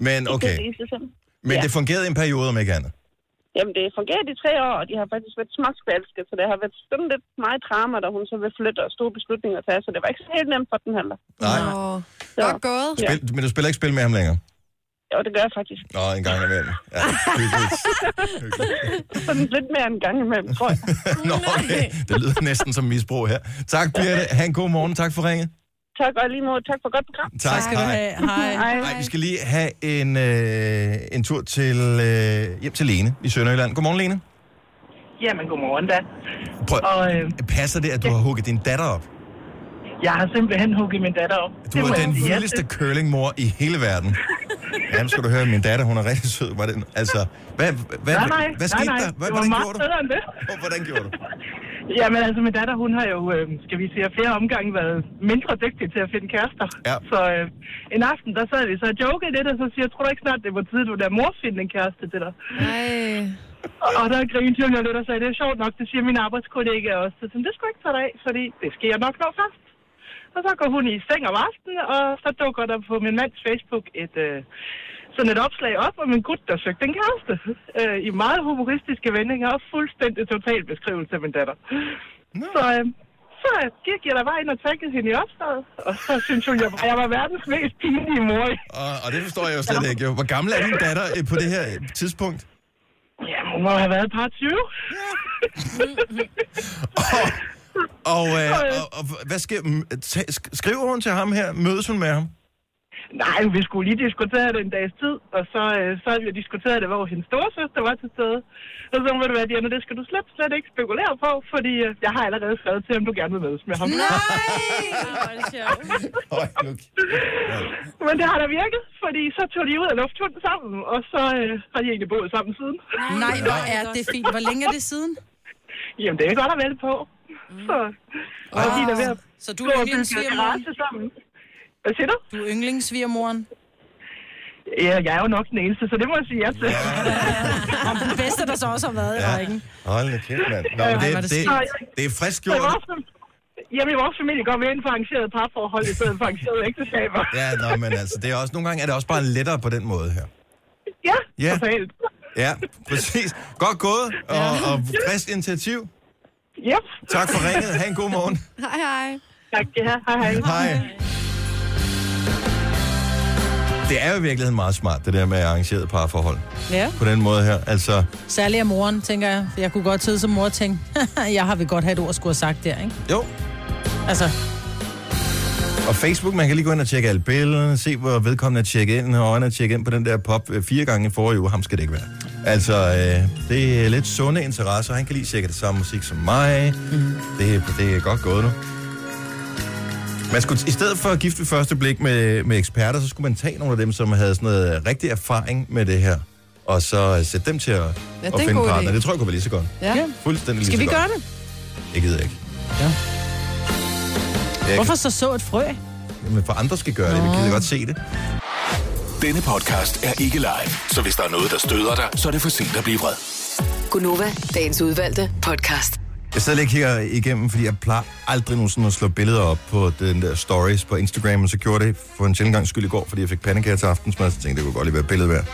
Men okay, Det viste sig sådan. men det fungerede i en periode, om ikke andet. Jamen, det fungerede i tre år, og de har faktisk været smagsforelsket, så det har været sådan lidt meget drama, da hun så vil flytte og store beslutninger at tage, så det var ikke så helt nemt for den heller. Nej, Åh, Så, godt gået. spil, men du spiller ikke spil med ham længere? jo, det gør jeg [laughs] faktisk Nå, en gang imellem. Ja, [laughs] hyggeligt. sådan lidt mere en gang imellem, tror jeg. [laughs] Nå, okay. Det lyder næsten som misbrug her. Tak, Birte. Ha' en god morgen. Tak for ringet. tak, og i lige måde, tak for godt program. Tak. Tak skal du Hej. have. Hej. Hej. Nej, vi skal lige have en, øh, en tur til øh, hjem til Lene i Sønderjylland. Godmorgen, Lene. Jamen, godmorgen da. Prøv, Og øh, passer det, at du har hugget din datter op? [laughs] jeg har simpelthen hugget min datter op. Du Det er må jeg den sige. Jeg vildeste synes- curlingmor i hele [laughs] verden. Jamen, skal du høre, min datter, hun er rigtig sød. Var det, altså, hvad, hvad, Nej, nej, hvad nej, skete nej. der? Hvad, det var hvordan, meget gjorde du? bedre end det. Oh, hvordan gjorde du? Jamen altså, min datter, hun har jo, øh, skal vi sige, af flere omgange været mindre dygtig til at finde kærester. Ja. Så øh, en aften, der sad de så og jokede lidt, og så siger jeg, tror du ikke snart, det var tid, du der mor finde en kæreste til dig? Ej. Og, og der grinede hun jo lidt og sagde, det er sjovt nok, det siger min arbejdskollega også. Så sådan, det skulle ikke tage dig af, fordi det sker nok når først. Og så går hun i seng om aftenen, og så dukker der på min mands Facebook et, øh, sådan et opslag op om en gut, der søgte en kæreste. Øh, I meget humoristiske vendinger og fuldstændig total beskrivelse af min datter. Så, øh, så gik jeg der bare ind og taggede hende i opslaget, og så synes hun, jeg, var- jeg var verdens mest pinlige mor. Og, og det forstår jeg jo slet ikke. jo. Hvor gammel er din datter øh, på det her øh, tidspunkt? Jamen, hun må have været et par 20. [laughs] Og, øh, og, og hvad sker, m- ta- sk- skriver hun til ham her? Mødes hun med ham? Nej, vi skulle lige diskutere det en dags tid, og så, øh, så havde vi jo diskuteret det, hvor hendes storesøster var til stede. Og så var det være, Diana, det skal du slet, slet ikke spekulere på, fordi øh, jeg har allerede skrevet til ham, du gerne vil mødes med ham. Øj, nu- Men det har da virket, fordi så tog de ud af lufthunden sammen, og så øh, har de egentlig boet sammen siden. Nej, hvor er det fint. Hvor længe er det siden? Mm. Jamen, det er godt at vælge på. Så, og de er da ved at Så du gå og er bygge en yndlingssvigermoren? terrasse sammen. Hvad siger du? Du er yndlingssvigermoren. Ja, jeg er jo nok den eneste, så det må jeg sige ja til. Om den bedste, der så også har været i Ja. rækken. Hold da kæft, mand. Nå, men var det, det det, skidt. det er frisk Så i gjort. vores, jamen, i vores familie går vi ind for arrangerede parforhold i stedet for arrangerede ægteskaber. Ja, nå, men altså, det er også, nogle gange er det også bare lettere på den måde her. Ja, Ja. totalt. Ja, præcis. Godt gået, og, og frisk initiativ. Yep. Tak for ringet. Ha' en god morgen. Hej, hej. Tak, ja. Hej, hej. Hej. Det er jo i virkeligheden meget smart, det der med arrangeret parforhold. Ja. På den måde her. Altså, Særligt af moren, tænker jeg. For jeg kunne godt sidde som mor og tænke, [laughs] jeg har vi godt have et ord at skulle have sagt der, ikke? jo. Altså, Og Facebook, man kan lige gå ind og tjekke alle billederne, se hvor vedkommende er tjekket ind, og han er tjekket ind på den der pop øh, fire gange i forrige uge. Ham skal det ikke være. Altså, øh, det er lidt sunde interesser. Han kan lige tjekke det samme musik som mig. Mm. Det, det er godt gået nu. Man skulle, I stedet for at gifte ved første blik med, med eksperter, så skulle man tage nogle af dem, som havde sådan noget øh, rigtig erfaring med det her, og så øh, sætte dem til at, ja, er at en finde god idé. partner. Det tror jeg kunne være lige så godt. Ja. Fuldstændig skal lige vi så gøre godt. det? Jeg gider ikke. Ja. Jeg, Hvorfor så så et frø? Men for andre skal gøre det. Vi gider godt se det. Denne podcast er ikke live, så hvis der er noget, der støder dig, så er det for sent at blive vred. Gunova, dagens udvalgte podcast. Jeg sidder lige og kigger igennem, fordi jeg plejer aldrig nogensinde at slå billeder op på den der stories på Instagram, men så gjorde jeg det for en sjældent gang skyld i går, fordi jeg fik pandekager til aftensmad, så tænkte jeg, det kunne godt lige være et billede værd.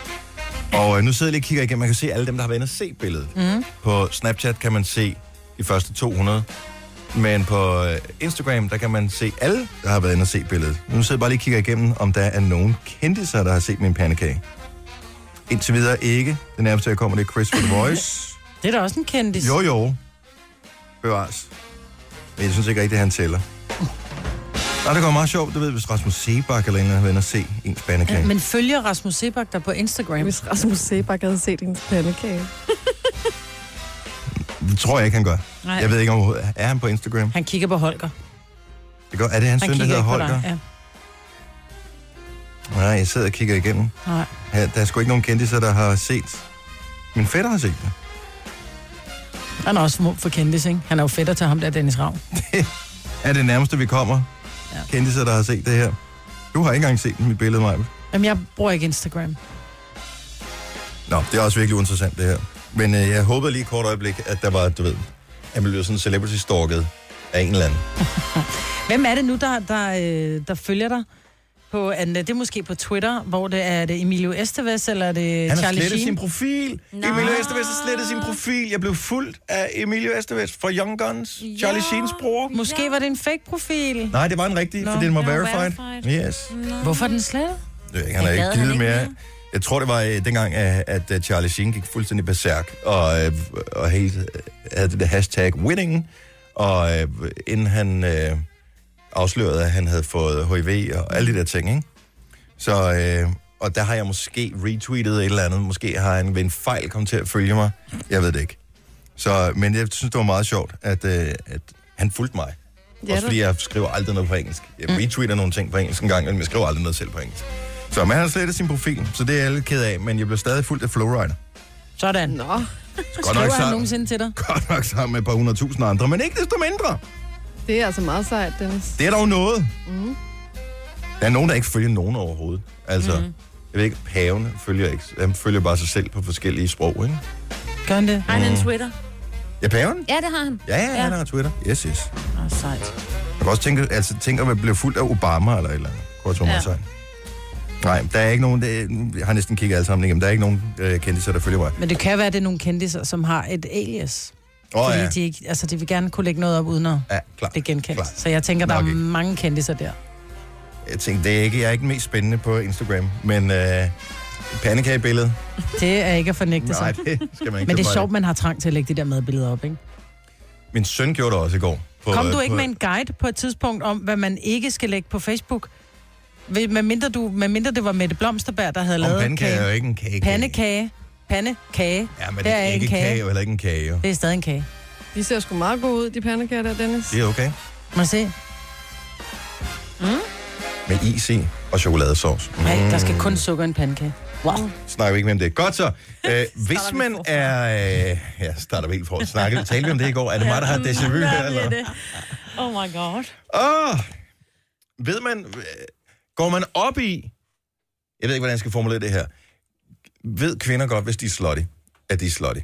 Og øh, nu sidder jeg lige og kigger igennem, man kan se alle dem, der har været inde og se billedet. Mm. På Snapchat kan man se de første 200, men på øh, Instagram, der kan man se alle, der har været inde og se billedet. Nu sidder jeg bare lige og kigger igennem, om der er nogen kendte sig, der har set min pandekage. Indtil videre ikke. Det nærmeste, jeg kommer, det er Chris with Voice. Det er da også en kendis. Jo, jo. Bevares. Men jeg synes ikke rigtigt, at han tæller. Nej, det går meget sjovt. Det ved, hvis Rasmus Sebak eller en eller anden vender se ens bandekage. Men følger Rasmus Sebak der på Instagram? Hvis Rasmus Sebak havde set hendes pandekage. Det tror jeg ikke, han gør. Nej. Jeg ved ikke, om er han på Instagram. Han kigger på Holger. Det gør, er det hans Han søn, der kigger hedder ikke på Holger? dig. Ja. Nej, jeg sidder og kigger igennem. Nej. Her, der er sgu ikke nogen kendtiser, der har set. Min fætter har set det. Han er også for kendis, ikke? Han er jo fætter til ham der, Dennis Rav. Er det nærmeste, vi kommer? Ja. Kendtiser, der har set det her. Du har ikke engang set mit billede, Maja. Jamen, jeg bruger ikke Instagram. Nå, det er også virkelig interessant det her. Men øh, jeg håbede lige et kort øjeblik, at der var, du ved, at man blev sådan celebrity-stalket af en eller anden. Hvem er det nu, der, der, øh, der følger dig? På, er det måske på Twitter, hvor det er er det Emilio Estevez, eller er det Han har Charlie slettet Sheen? sin profil. Nå. Emilio Estevez har slettet sin profil. Jeg blev fuldt af Emilio Estevez fra Young Guns, Charlie Sheens bror. Måske var det en fake-profil. Nej, det var en rigtig, Nå, for den var den var verified. verified. Yes. Hvorfor er den slettet? Det ved jeg ikke, han har Det ikke gad givet han ikke mere. mere. Jeg tror, det var øh, dengang, at, at øh, Charlie Sheen gik fuldstændig berserk, og, øh, og helt øh, havde det der hashtag winning, og øh, inden han øh, afslørede, at han havde fået HIV og alle de der ting, ikke? Så, øh, og der har jeg måske retweetet et eller andet, måske har han ved en fejl kommet til at følge mig, jeg ved det ikke. Så, men jeg synes, det var meget sjovt, at, øh, at han fulgte mig. Ja, Også da. fordi jeg skriver aldrig noget på engelsk. Jeg retweeter nogle ting på engelsk en gang, men jeg skriver aldrig noget selv på engelsk. Så men han har slettet sin profil, så det er jeg lidt ked af, men jeg blev stadig fuldt af Flowrider. Sådan. Nå, Godt nok, Skriver han sammen, nogensinde til dig? godt nok sammen med et par hundredtusind andre, men ikke desto mindre. det er altså meget sejt, Dennis. Det er dog noget. Mm. Der er nogen, der ikke følger nogen overhovedet. Altså, mm. jeg ved ikke, paven følger ikke. Han følger bare sig selv på forskellige sprog, ikke? Gør han det? Har han en Twitter? Ja, paven? Ja, det har han. Ja, ja, Ja. han har Twitter. Yes, yes. Åh, Ah, sejt. Jeg kan også tænke, altså, tænke om at blive fuldt af Obama eller et eller andet. Kort Ja. ja. Nej, der er ikke nogen, det, jeg har næsten kigget alle sammen igennem, der er ikke nogen øh, kendtiser, der følger mig. Men det kan være, at det er nogle kendiser, som har et alias. Åh oh, fordi ja. de, ikke, altså, de vil gerne kunne lægge noget op uden at ja, klart. det er genkendt. Klart. Så jeg tænker, der Nok er ikke. mange kendiser der. Jeg tænkte, det er ikke, jeg er ikke den mest spændende på Instagram, men øh, pandekagebilledet, Det er ikke at fornægte nej, sig. det skal man ikke. Men det er tage sjovt, fejl man har trang til at lægge de der madbilleder op, ikke? af. Min søn gjorde det også i går. På, Kom du øh, ikke på, med en guide på et tidspunkt om, hvad man ikke skal lægge på Facebook? Ved- Medmindre, du, medmindre det var Mette Blomsterberg, der havde Om lavet pandekage er jo kagen. ikke en kage. Pandekage. Pandekage. Ja, men Der det er ikke en kage. kage, og heller ikke en kage. jo. Det er stadig en kage. De ser sgu meget gode ud, de pandekager der, Dennis. Det er okay. Må jeg se? Mm. Med is i og chokoladesauce. Mm. Nej, der skal kun sukker i en pandekage. Wow. snakker vi ikke mere om det. Godt [laughs] så. Øh, hvis man er... Øh, ja, starter vi helt for at snakke. Talte vi om det i går? Er det mig, der har déjà vu her? Eller? det. Oh my god. Åh! Ved man... øh, Går man op i... Jeg ved ikke, hvordan jeg skal formulere det her. Ved kvinder godt, hvis de er slutty, at de er slutty?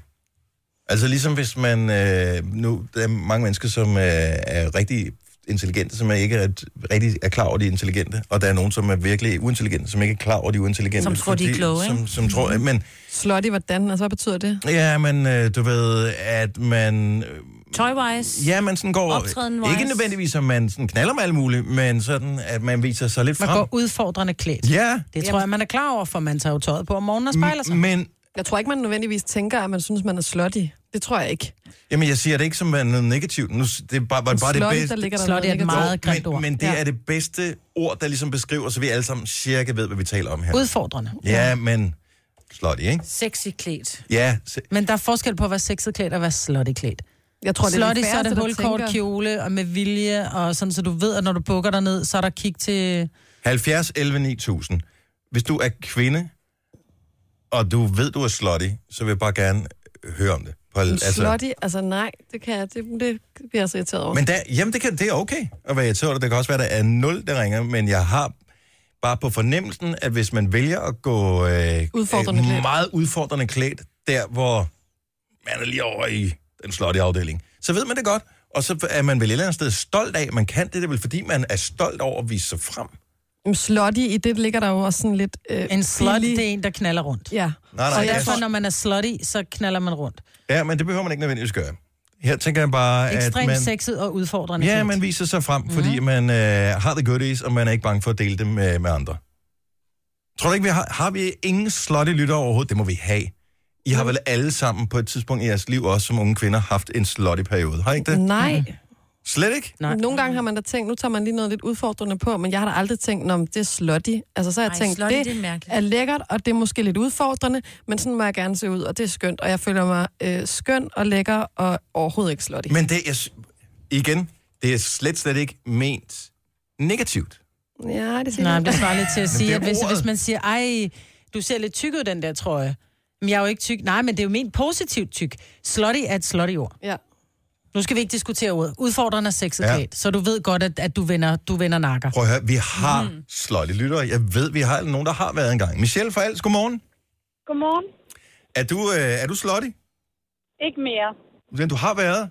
Altså ligesom hvis man... Øh, nu, der er mange mennesker, som øh, er rigtig intelligente, som er ikke er, rigtig er klar over, at de er intelligente. Og der er nogen, som er virkelig uintelligente, som ikke er klar over, at de er uintelligente. Som tror, de er fordi- kloge, ikke? Mm-hmm. Som, som tror, men, Slutty, hvordan? Altså, hvad betyder det? Ja, men øh, du ved, at man... Øh, Toywise. ja, man sådan går... Optræden-wise. Ikke nødvendigvis, at man sådan knaller med alt muligt, men sådan, at man viser sig lidt Man frem. går udfordrende klædt. Ja, Det tror jeg, man er klar over, for man tager jo tøjet på om morgenen og spejler sig. men... Jeg tror ikke, man nødvendigvis tænker, at man synes, man er slutty. Det tror jeg ikke. Jamen, jeg siger det ikke som værende noget negativt. Nu, s- det er bare, bare, bare det slutty, bedste... der ligger der Slutty noget er et negativt. meget grimt men, ord. men det Ja. er det bedste ord, der ligesom beskriver, så vi alle sammen cirka ved, hvad vi taler om her. Udfordrende. Ja, men... Slutty, ikke? Sexy klædt. Ja, se, Men der er forskel på at være sexet klædt og være slutty klædt. Jeg tror, det er Slutty, de så er færreste, det der hulkort tænker- kjole og med vilje, og sådan, så du ved, at når du bukker dig ned, så er der kig til... 70 11 9000. Hvis du er kvinde, og du ved, du er slutty, så vil jeg bare gerne høre om det. På, Men Slutty, altså nej, det kan jeg, det, det bliver jeg så irriteret over. men der, jamen, det, kan, det er okay at være irriteret. Det kan også være, at der er nul, der ringer, men jeg har bare på fornemmelsen, at hvis man vælger at gå øh, Udfordrende klædt. meget udfordrende klædt, der hvor man er lige over i den slottige afdeling, så ved man det godt, og så er man vel et eller andet sted stolt af, at man kan det. Det er vel fordi, man er stolt over at vise sig frem. Men slutty, i det ligger der jo også sådan lidt... Øh, En slut, billig- det er en, der knaller rundt. Ja. Nej, nej, jeg Og jeg tror- tror, når man er slutty, så knaller man rundt. Ja, men det behøver man ikke nødvendigvis gøre. Her tænker jeg bare, at Ekstremt man... sexet og udfordrende Ja, klædt. man viser sig frem, fordi man øh, har the goodies, og man er ikke bange for at dele dem øh, med andre. Tror du ikke, vi har, har vi ingen slotte lytter overhovedet? Det må vi have. I Mm. har vel alle sammen på et tidspunkt i jeres liv, også som unge kvinder, haft en slotty periode. Har I ikke det? Mm. Nej. Slet ikke? Nej. nej. Nogle gange har man da tænkt, nu tager man lige noget lidt udfordrende på, men jeg har da aldrig tænkt, om det er slutty. Altså, så har jeg Ej, tænkt, slutty, det, det er mærkeligt. er lækkert, og det er måske lidt udfordrende, men sådan må jeg gerne se ud, og det er skønt, og jeg føler mig øh, skøn og [laughs] lækker, og overhovedet ikke slutty. Men det, jeg, s- igen, det er slet, slet ikke ment negativt. Ja, det er Nej, Nej, men det svarer [laughs] lidt til at sige, det er at hvis, ordet. hvis man siger, ej, du ser lidt tyk ud, den der trøje. Men jeg er jo ikke tyk. Nej, men det er jo ment positivt tyk. Slutty er et slutty ord. Ja. Nu skal vi ikke diskutere ud. Udfordrende er sexet Ja. ja. så du ved godt, at, at du vender, du vender nakker. Prøv at høre, vi har mm. sløjte lyttere. Jeg ved, vi har nogen, der har været engang. Michelle fra Els, godmorgen. Godmorgen. Er du, øh, er du slutty? Ikke mere. Men du har været.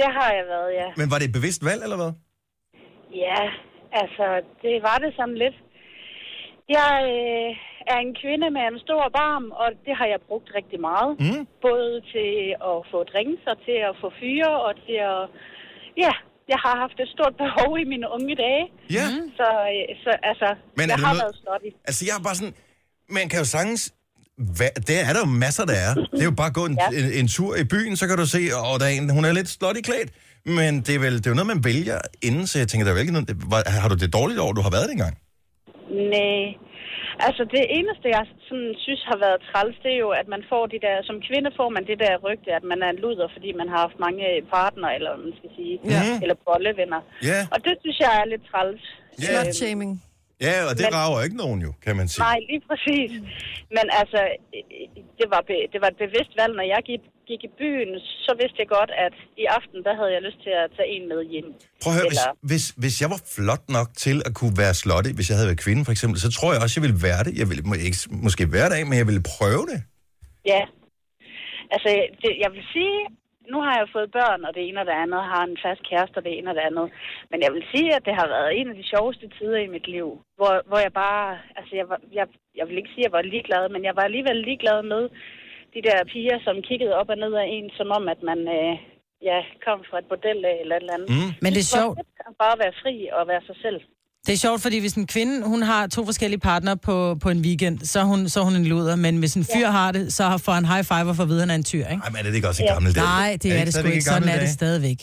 Det har jeg været, ja. Men var det et bevidst valg, eller hvad? Ja, altså, det var det sådan lidt. Jeg øh, er en kvinde med en stor barm, og det har jeg brugt rigtig meget. Mm. Både til at få drinks, og til at få fyre, og til at... Ja, jeg har haft et stort behov i mine unge dage. Ja. Mm. Så, øh, så altså, Men er jeg det har noget- været slutty. Altså, jeg er bare sådan... Man kan jo sagtens... Hva, det er der jo masser, der er. Det er jo bare at gå en, ja. Ja. en, en tur i byen, så kan du se, og der er en, hun er lidt slot i klædt. Men det er, vel, det er jo noget, man vælger inden, så jeg tænker, der er vel ikke noget... det- var- Har du det dårligt over, du har været det engang? Nej. Altså det eneste, jeg sådan, synes har været træls, det er jo, at man får de der, som kvinde får man det der rygte, at man er en luder, fordi man har haft mange øh, partner, eller hvad man skal sige, Ja. eller bollevenner. Ja. Og det synes jeg er lidt træls. Ja. Slut-shaming. Ja, og det Men- rager ikke nogen jo, kan man sige. Øhm, Nej, lige præcis. Men altså, øh, det var, be, det var et bevidst valg. Når jeg gik, gik i byen, så vidste jeg godt, at i aften, der havde jeg lyst til at tage en med hjem. Prøv at høre, hvis, Eller- hvis, hvis jeg var flot nok til at kunne være slottig, hvis jeg havde været kvinde for eksempel, så tror jeg også, jeg ville være det. Jeg ville må- ikke, måske hver dag, men jeg ville prøve det. Ja. Altså, det, jeg vil sige, nu har jeg fået børn, og det ene og det andet, har en fast kæreste, og det ene og det andet. Men jeg vil sige, at det har været en af de sjoveste tider i mit liv, hvor, hvor jeg bare, altså, jeg, var, jeg, jeg vil ikke sige, at jeg var ligeglad, men jeg var alligevel ligeglad med de der piger, som kiggede op og ned af en, som om, at man, øh, ja, kom fra et bordel af eller et eller andet. Mm. Men det er var sjovt. fedt at Bare være fri og være sig selv. Det er sjovt, fordi hvis en kvinde, hun har to forskellige partnere på, på en weekend, så er hun, så er hun en luder, men hvis en fyr ja. har det, så får han high five og får at vide, han er en tyr, ikke? Ej, men er det ikke også i gamle dage? Nej, det er, det sgu stadigvæk ikke. i gamle Sådan er det dage? stadigvæk.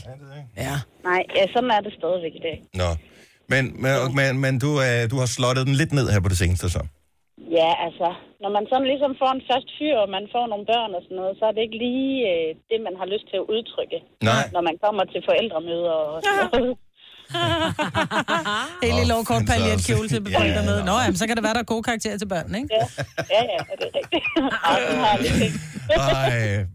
Ja. Nej, ja, sådan er det stadigvæk i dag. Nå. Men, men, og- men, men du, øh, du har slottet den lidt ned her på det seneste så. Ja, altså, når man sådan ligesom får en fast fyr, og man får nogle børn og sådan noget, så er det ikke lige øh, det, man har lyst til at udtrykke, Nej. når man kommer til forældremøder og sådan noget. Helt Åh, lille lovkort fandme paljet også. kjole til [laughs] Ja, befolkningen ja. dernede. Nå, jamen, så kan det være, der er gode karakterer til børnene, ikke? Ja, ja, ja, det er [laughs] rigtigt. Ej, den har jeg lidt ikke. Ej.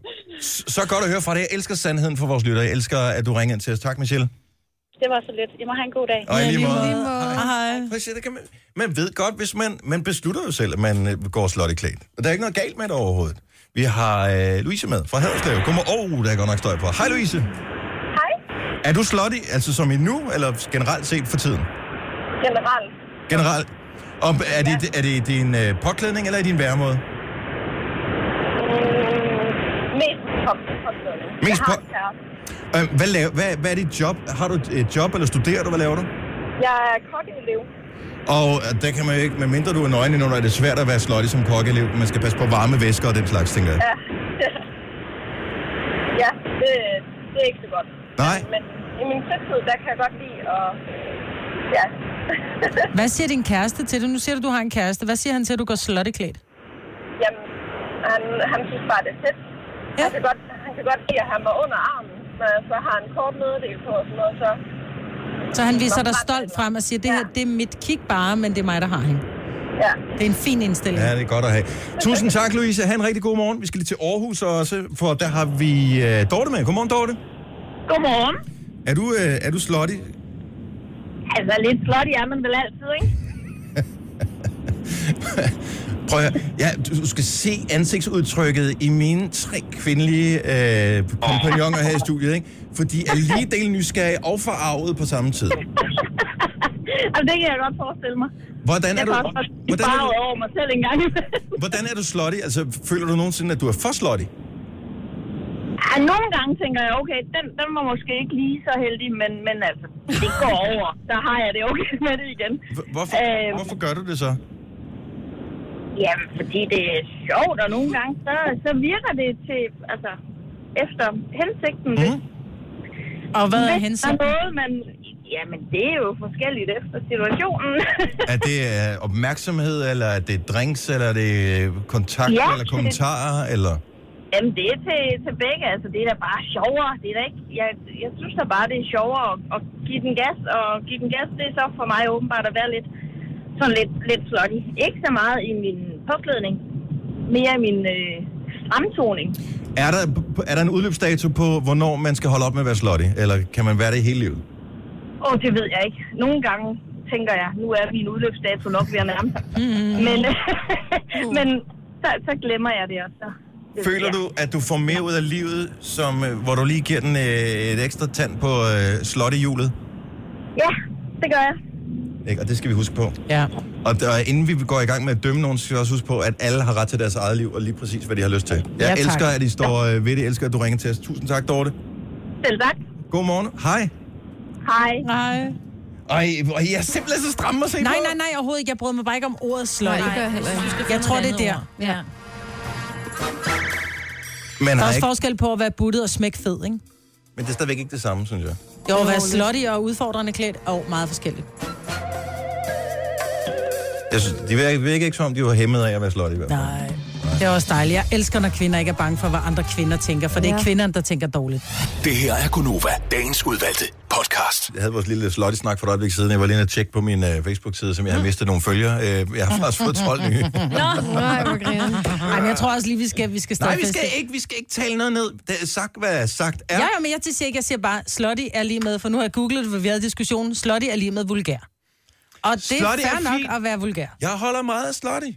S- Så godt at høre fra dig. Jeg elsker sandheden for vores lytter. Jeg elsker, at du ringer ind til os. Tak, Michelle. [laughs] Det var så lidt. I må have en god dag. Og i lige måde. Hej. Prøv at se, det kan man, man ved godt, hvis man, man beslutter jo selv, at man øh, går slot i klædt. Og der er ikke noget galt med det overhovedet. Vi har øh, Louise med fra Haderslev. Godmorgen. Åh, oh, der er godt nok støj på. Hej, Louise. Hej. Er du slotty, altså som i nu, eller generelt set for tiden? Generelt. Generelt. Og er det, er det din øh, påklædning, eller er det din væremåde? Mm, mest pop. Mest Jeg har pop- en Øh, hvad, laver, hvad, hvad er dit job? Har du et øh, job, eller studerer du? Hvad laver du? Jeg er kokkeelev. Og øh, der kan man jo ikke, medmindre du er nøgen endnu, er det svært at være slotty som kokkeelev. Man skal passe på varme væsker og den slags, tænker jeg. Ja. [laughs] ja, det, det er ikke så godt. Nej. Men i min fritid, der kan jeg godt lide at... Ja. Hvad siger din kæreste til det? Nu siger du, du har en kæreste. Hvad siger han til, at du går slotteklædt? Jamen, han, han synes bare, det er fedt. Ja. Ja. Han, kan godt, han kan godt lide at have mig under armen, når jeg så har en kort neddel på og sådan noget, så... Så han viser dig stolt frem og siger, det her, det er mit kig bare, men det er mig, der har hende. Ja. Det er en fin indstilling. Ja, det er godt at have. Tusind tak, Louise. Ha' en rigtig god morgen. Vi skal lige til Aarhus også, for der har vi øh, Dorte med. Godmorgen, Dorte. Godmorgen. Er du, øh, er du slotty? Altså, lidt flot er man vel altid, ikke? [laughs] Prøv at høre. ja, du du skal se ansigtsudtrykket i mine tre kvindelige øh, kompagnoner her i studiet, ikke? For de er lige del nysgerrige og forarvet på samme tid. altså, det kan jeg godt forestille mig. Hvordan er Jeg du, kan også godt blive hvordan er du, farvet over mig selv en gang imellem. hvordan er du slotty? Altså, føler du nogensinde, at du er for slotty? Ja, nogle gange tænker jeg, okay, den, den var måske ikke lige så heldig, men, men altså, det går over. Der har jeg det okay med det igen. Hvor- Hvorfor, Øhm. hvorfor gør du det så? Jamen, fordi det er sjovt, og nogle gange, så, så virker det til, altså, efter hensigten. Mhm. Hvis, Og hvad er hvis hensigten? Der er noget, man... Jamen, det er jo forskelligt efter situationen. Er det øh, opmærksomhed, eller er det drinks, eller er det øh, kontakt, Ja. eller kommentarer, eller... Jamen, det er til, til begge. Altså, det er da bare sjovere. Det er da ikke, jeg, jeg synes da bare, det er sjovere at, at give den gas. Og give den gas, det er så for mig åbenbart at være lidt, sådan lidt, lidt slutty. Ikke så meget i min påklædning. Mere i min øh, fremtoning. Er der, er der en udløbsdato på, hvornår man skal holde op med at være slutty? Eller kan man være det hele livet? oh, Åh, det ved jeg ikke. Nogle gange tænker jeg, nu er min udløbsdato nok ved at nærme sig. Men, øh, [laughs] men så, så glemmer jeg det også. Det ved Føler jeg. du, at du får mere ud af livet, som, øh, hvor du lige giver den øh, et ekstra tand på øh, slottehjulet? Ja, det gør jeg. Ikke? Og det skal vi huske på. Ja. Og der, inden vi går i gang med at dømme nogen, skal vi også huske på, at alle har ret til deres eget liv, og lige præcis, hvad de har lyst til. Jeg Ja, tak. elsker, at I står øh, ved det. Jeg elsker, at du ringer til os. Tusind tak, Dorte. Selv tak. God morgen. Hej. Hej. Nej. Ej, hvor I er simpelthen så stramme at se Nej, på. nej, nej, overhovedet ikke. Jeg brød mig bare ikke om ordet sløj. Nej, det gør jeg heller ikke. Jeg tror, det er der. Ja. Men, Der er har også ikke, forskel på at være buttet og smæk fed, ikke? men det er stadigvæk ikke det samme, synes jeg. Jo, at være slutty og udfordrende klædt, og meget forskelligt. jeg synes, de virker, virker ikke som om, de var hæmmet af at være slot i hvert fald. Nej. Det er også dejligt. Jeg elsker, når kvinder ikke er bange for, hvad andre kvinder tænker, for det er Ja. kvinderne, der tænker dårligt. Det her er Gunova, dagens udvalgte podcast. Jeg havde vores lille slotty snak for et øjeblik siden. Jeg var lige inde og tjekke på min øh, Facebook-side, som jeg har mistet nogle følgere. Øh, [laughs] jeg har faktisk fået 12 nye. Nej, hvor griner. Ej, men jeg tror også lige, vi skal, vi skal stå Nej, vi skal ikke, vi skal ikke tale noget ned. Det er sagt, hvad sagt er. Ja, ja, men jeg til siger ikke, jeg siger bare, slutty er lige med, for nu har jeg googlet, hvor vi havde diskussionen, slutty er lige med vulgær. Og det Slutty er er fair nok fint. at være vulgær. Jeg holder meget af slotty.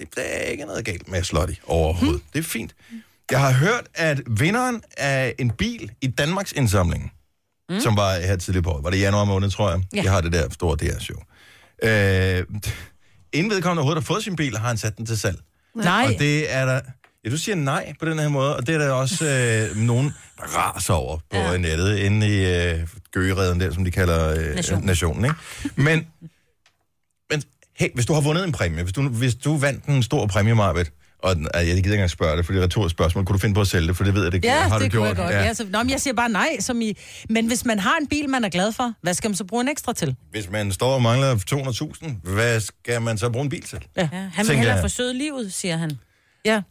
Det, der er ikke noget galt med slotty overhovedet. Det er fint. Jeg har hørt, at vinderen af en bil i Danmarks indsamling, mm. som var her tidligere på året, var det i januar måned, tror jeg. Ja. Jeg har det der store DR-show. Øh, [laughs] inden vedkommende overhovedet har fået sin bil, har han sat den til salg. Nej, Og det er der... Ja, du siger nej på den her måde, og det er der også øh, nogen, der raser over på ja. nettet, inde i øh, gøgereden der, som de kalder øh, Nation. nationen. nationen ikke? Men, men hey, hvis du har vundet en præmie, hvis du, hvis du vandt en stor præmie, Marvitt, og den, ej, jeg gider ikke engang spørge det, for det er et retorisk spørgsmål. Kunne du finde på at sælge det? For det ved jeg, det ja, har du det gjort. kunne jeg godt. Ja. Ja, så, nå, men jeg siger bare nej, som I... Men hvis man har en bil, man er glad for, hvad skal man så bruge en ekstra til? Hvis man står og mangler 200.000, hvad skal man så bruge en bil til? ja. Han vil Tænker hellere jeg. forsøde livet, siger han. Ja,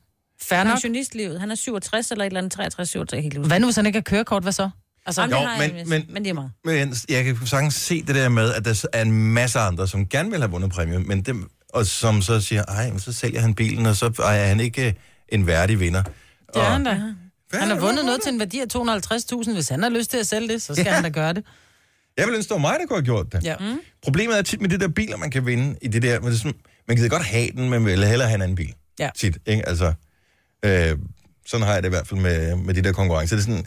fair nok. Pensionistlivet. Han er 67 eller et eller andet, 63, 67, helt Hvad nu, hvis han ikke har kørekort, hvad så? Altså, Jamen, Jo, jo, men, men- jeg, men- men, men det er meget. Men jeg kan sagtens se det der med, at der er en masse andre, som gerne vil have vundet præmie, men dem, og som så siger, ej, men så sælger han bilen, og så ej, er han ikke øh, en værdig vinder. det er og, han da. Han har vundet noget til en værdi af 250.000. Hvis han har lyst til at sælge det, så [laughs] skal Ja. ja. han da gøre det. Jeg ville ønske, det var mig, der kunne have gjort det. Ja. Mm. Problemet er tit med det der biler, man kan vinde i det der, men det er sådan, man gider godt have den, men vil hellere have en anden bil. Ja. Tit, ikke? Altså, øh, sådan har jeg det i hvert fald med, med de der konkurrencer. Det er sådan,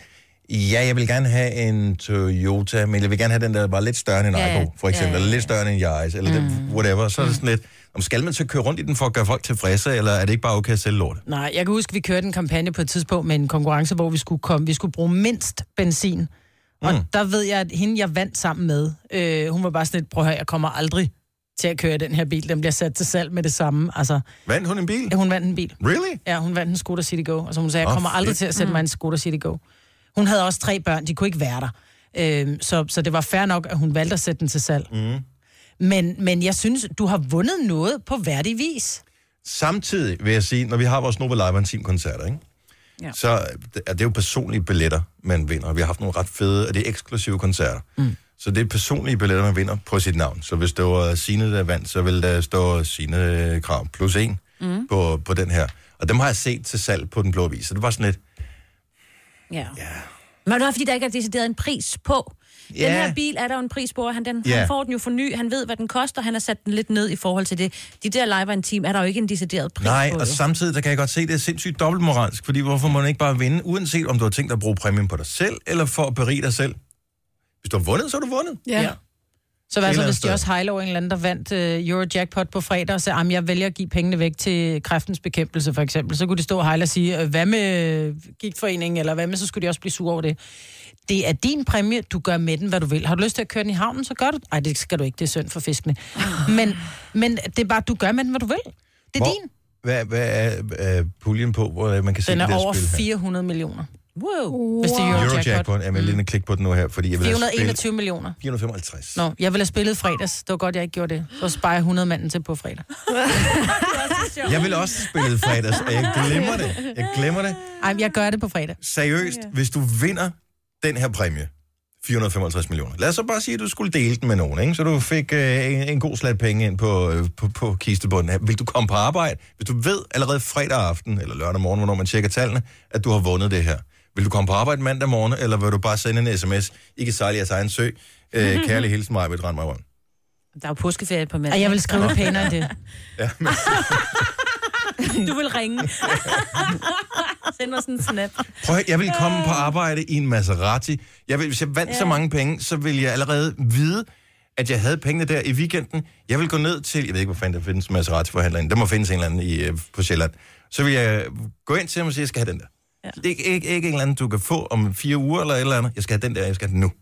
ja, jeg vil gerne have en Toyota, men jeg vil gerne have den, der var lidt større end en Ja, ja, Igo, for eksempel, ja, ja, ja, ja. eller lidt større end en Yaris, eller mm. det, whatever. Så er det sådan lidt, om skal man så køre rundt i den for at gøre folk tilfredse, eller er det ikke bare okay at sælge lort? Nej, jeg kan huske, vi kørte en kampagne på et tidspunkt med en konkurrence, hvor vi skulle, komme, vi skulle bruge mindst benzin. Og mm. der ved jeg, at hende, jeg vandt sammen med, øh, hun var bare sådan lidt, prøv at høre, jeg kommer aldrig til at køre i den her bil. Den bliver sat til salg med det samme. Altså, Vandt hun en bil? ja, hun vandt en bil. Really? Ja, hun vandt en Skoda City Go. Og som hun sagde, jeg Åh, kommer aldrig fedt. til at sætte mig i en Skoda City Go. Hun havde også tre børn, de kunne ikke være der. Øhm, så, så det var fair nok, at hun valgte at sætte den til salg. Mm. Men, men jeg synes, du har vundet noget på værdig vis. Samtidig vil jeg sige, når vi har vores Nova Live Intim koncerter, ikke? Ja. Ja. så er det jo personlige billetter, man vinder. Og Vi har haft nogle ret fede, og det er eksklusive koncerter. Mm. Så det er personlige billetter, man vinder på sit navn. Så hvis det var Signe, der vandt, så ville der stå Signe Krav plus en Mhm. mm. på, på den her. Og dem har jeg set til salg på Den Blå Vis. Så det var sådan lidt, Ja. ja. Men det er fordi, der ikke er decideret en pris på. Ja. Yeah. Den her bil er der jo en pris på, og han, den, yeah. Ja. han får den jo for ny. Han ved, hvad den koster. Han har sat den lidt ned i forhold til det. De der live og en team er der jo ikke en decideret pris nej, på. og jo. samtidig der kan jeg godt se, at det er sindssygt dobbeltmoralsk, fordi hvorfor må man ikke bare vinde, uanset om du har tænkt dig at bruge præmien på dig selv, eller for at berige dig selv? Hvis du har vundet, så har du vundet. Ja. ja. Så hvad Et så, eller hvis andet Josh sted. Heilo, en eller anden, der vandt øh, Eurojackpot på fredag, og sagde, at jeg vælger at give pengene væk til kræftens bekæmpelse, for eksempel. Så kunne de stå og Heilo og sige, øh, hvad med øh, gigtforeningen, eller hvad med, så skulle de også blive sure over det. Det er din præmie, du gør med den, hvad du vil. Har du lyst til at køre den i havnen, så gør du Nej, det skal du ikke, det er synd for fiskene. Men, men det er bare, du gør med den, hvad du vil. Det er Hvor- din. Hvad, hvad er øh, puljen på, hvor øh, man kan se Den det er der over spil her? 400 millioner, Wow. hvis det er Eurojackpot. Mm. Eurojackpot. Jeg vil lige inde og klikke på den nu her, fordi jeg vil have spillet... 421 millioner. 455. Nå, jeg ville have spillet i fredags. Det var godt, jeg ikke gjorde det. Så sparer jeg 100 manden til på fredag. Jeg vil også spille fredags, og jeg glemmer det. Jeg glemmer det. Ej, men jeg gør det på fredag. Seriøst, hvis du vinder den her præmie, 455 millioner. Lad os så bare sige, at du skulle dele den med nogen, ikke? så du fik øh, en, en god slat penge ind på, øh, på, på kistebunden. Vil du komme på arbejde, hvis du ved allerede fredag aften eller lørdag morgen, hvornår man tjekker tallene, at du har vundet det her? Vil du komme på arbejde mandag morgen, eller vil du bare sende en sms? I kan sejle jeres egen sø. Øh, kærlig hilsen mig, ved Randmarvånd. Der er jo påskeferie på mandag. Og jeg vil skrive pænere end [laughs] det. Du vil [laughs] ringe. Send os en snap. Prøv at, høre, jeg vil komme på Øh. arbejde i en Maserati. Jeg vil, hvis jeg vandt ja. så mange penge, så vil jeg allerede vide, at jeg havde pengene der i weekenden. Jeg vil gå ned til, jeg ved ikke, hvor fanden der findes Maserati-forhandleren. Der må findes en eller anden i, øh, på Sjælland. Så vil jeg gå ind til ham og sige, jeg skal have den der. Ja. Ikke, ikke, ikke en eller anden, du kan få om fire uger eller et eller andet. Jeg skal have den der, jeg skal have den nu.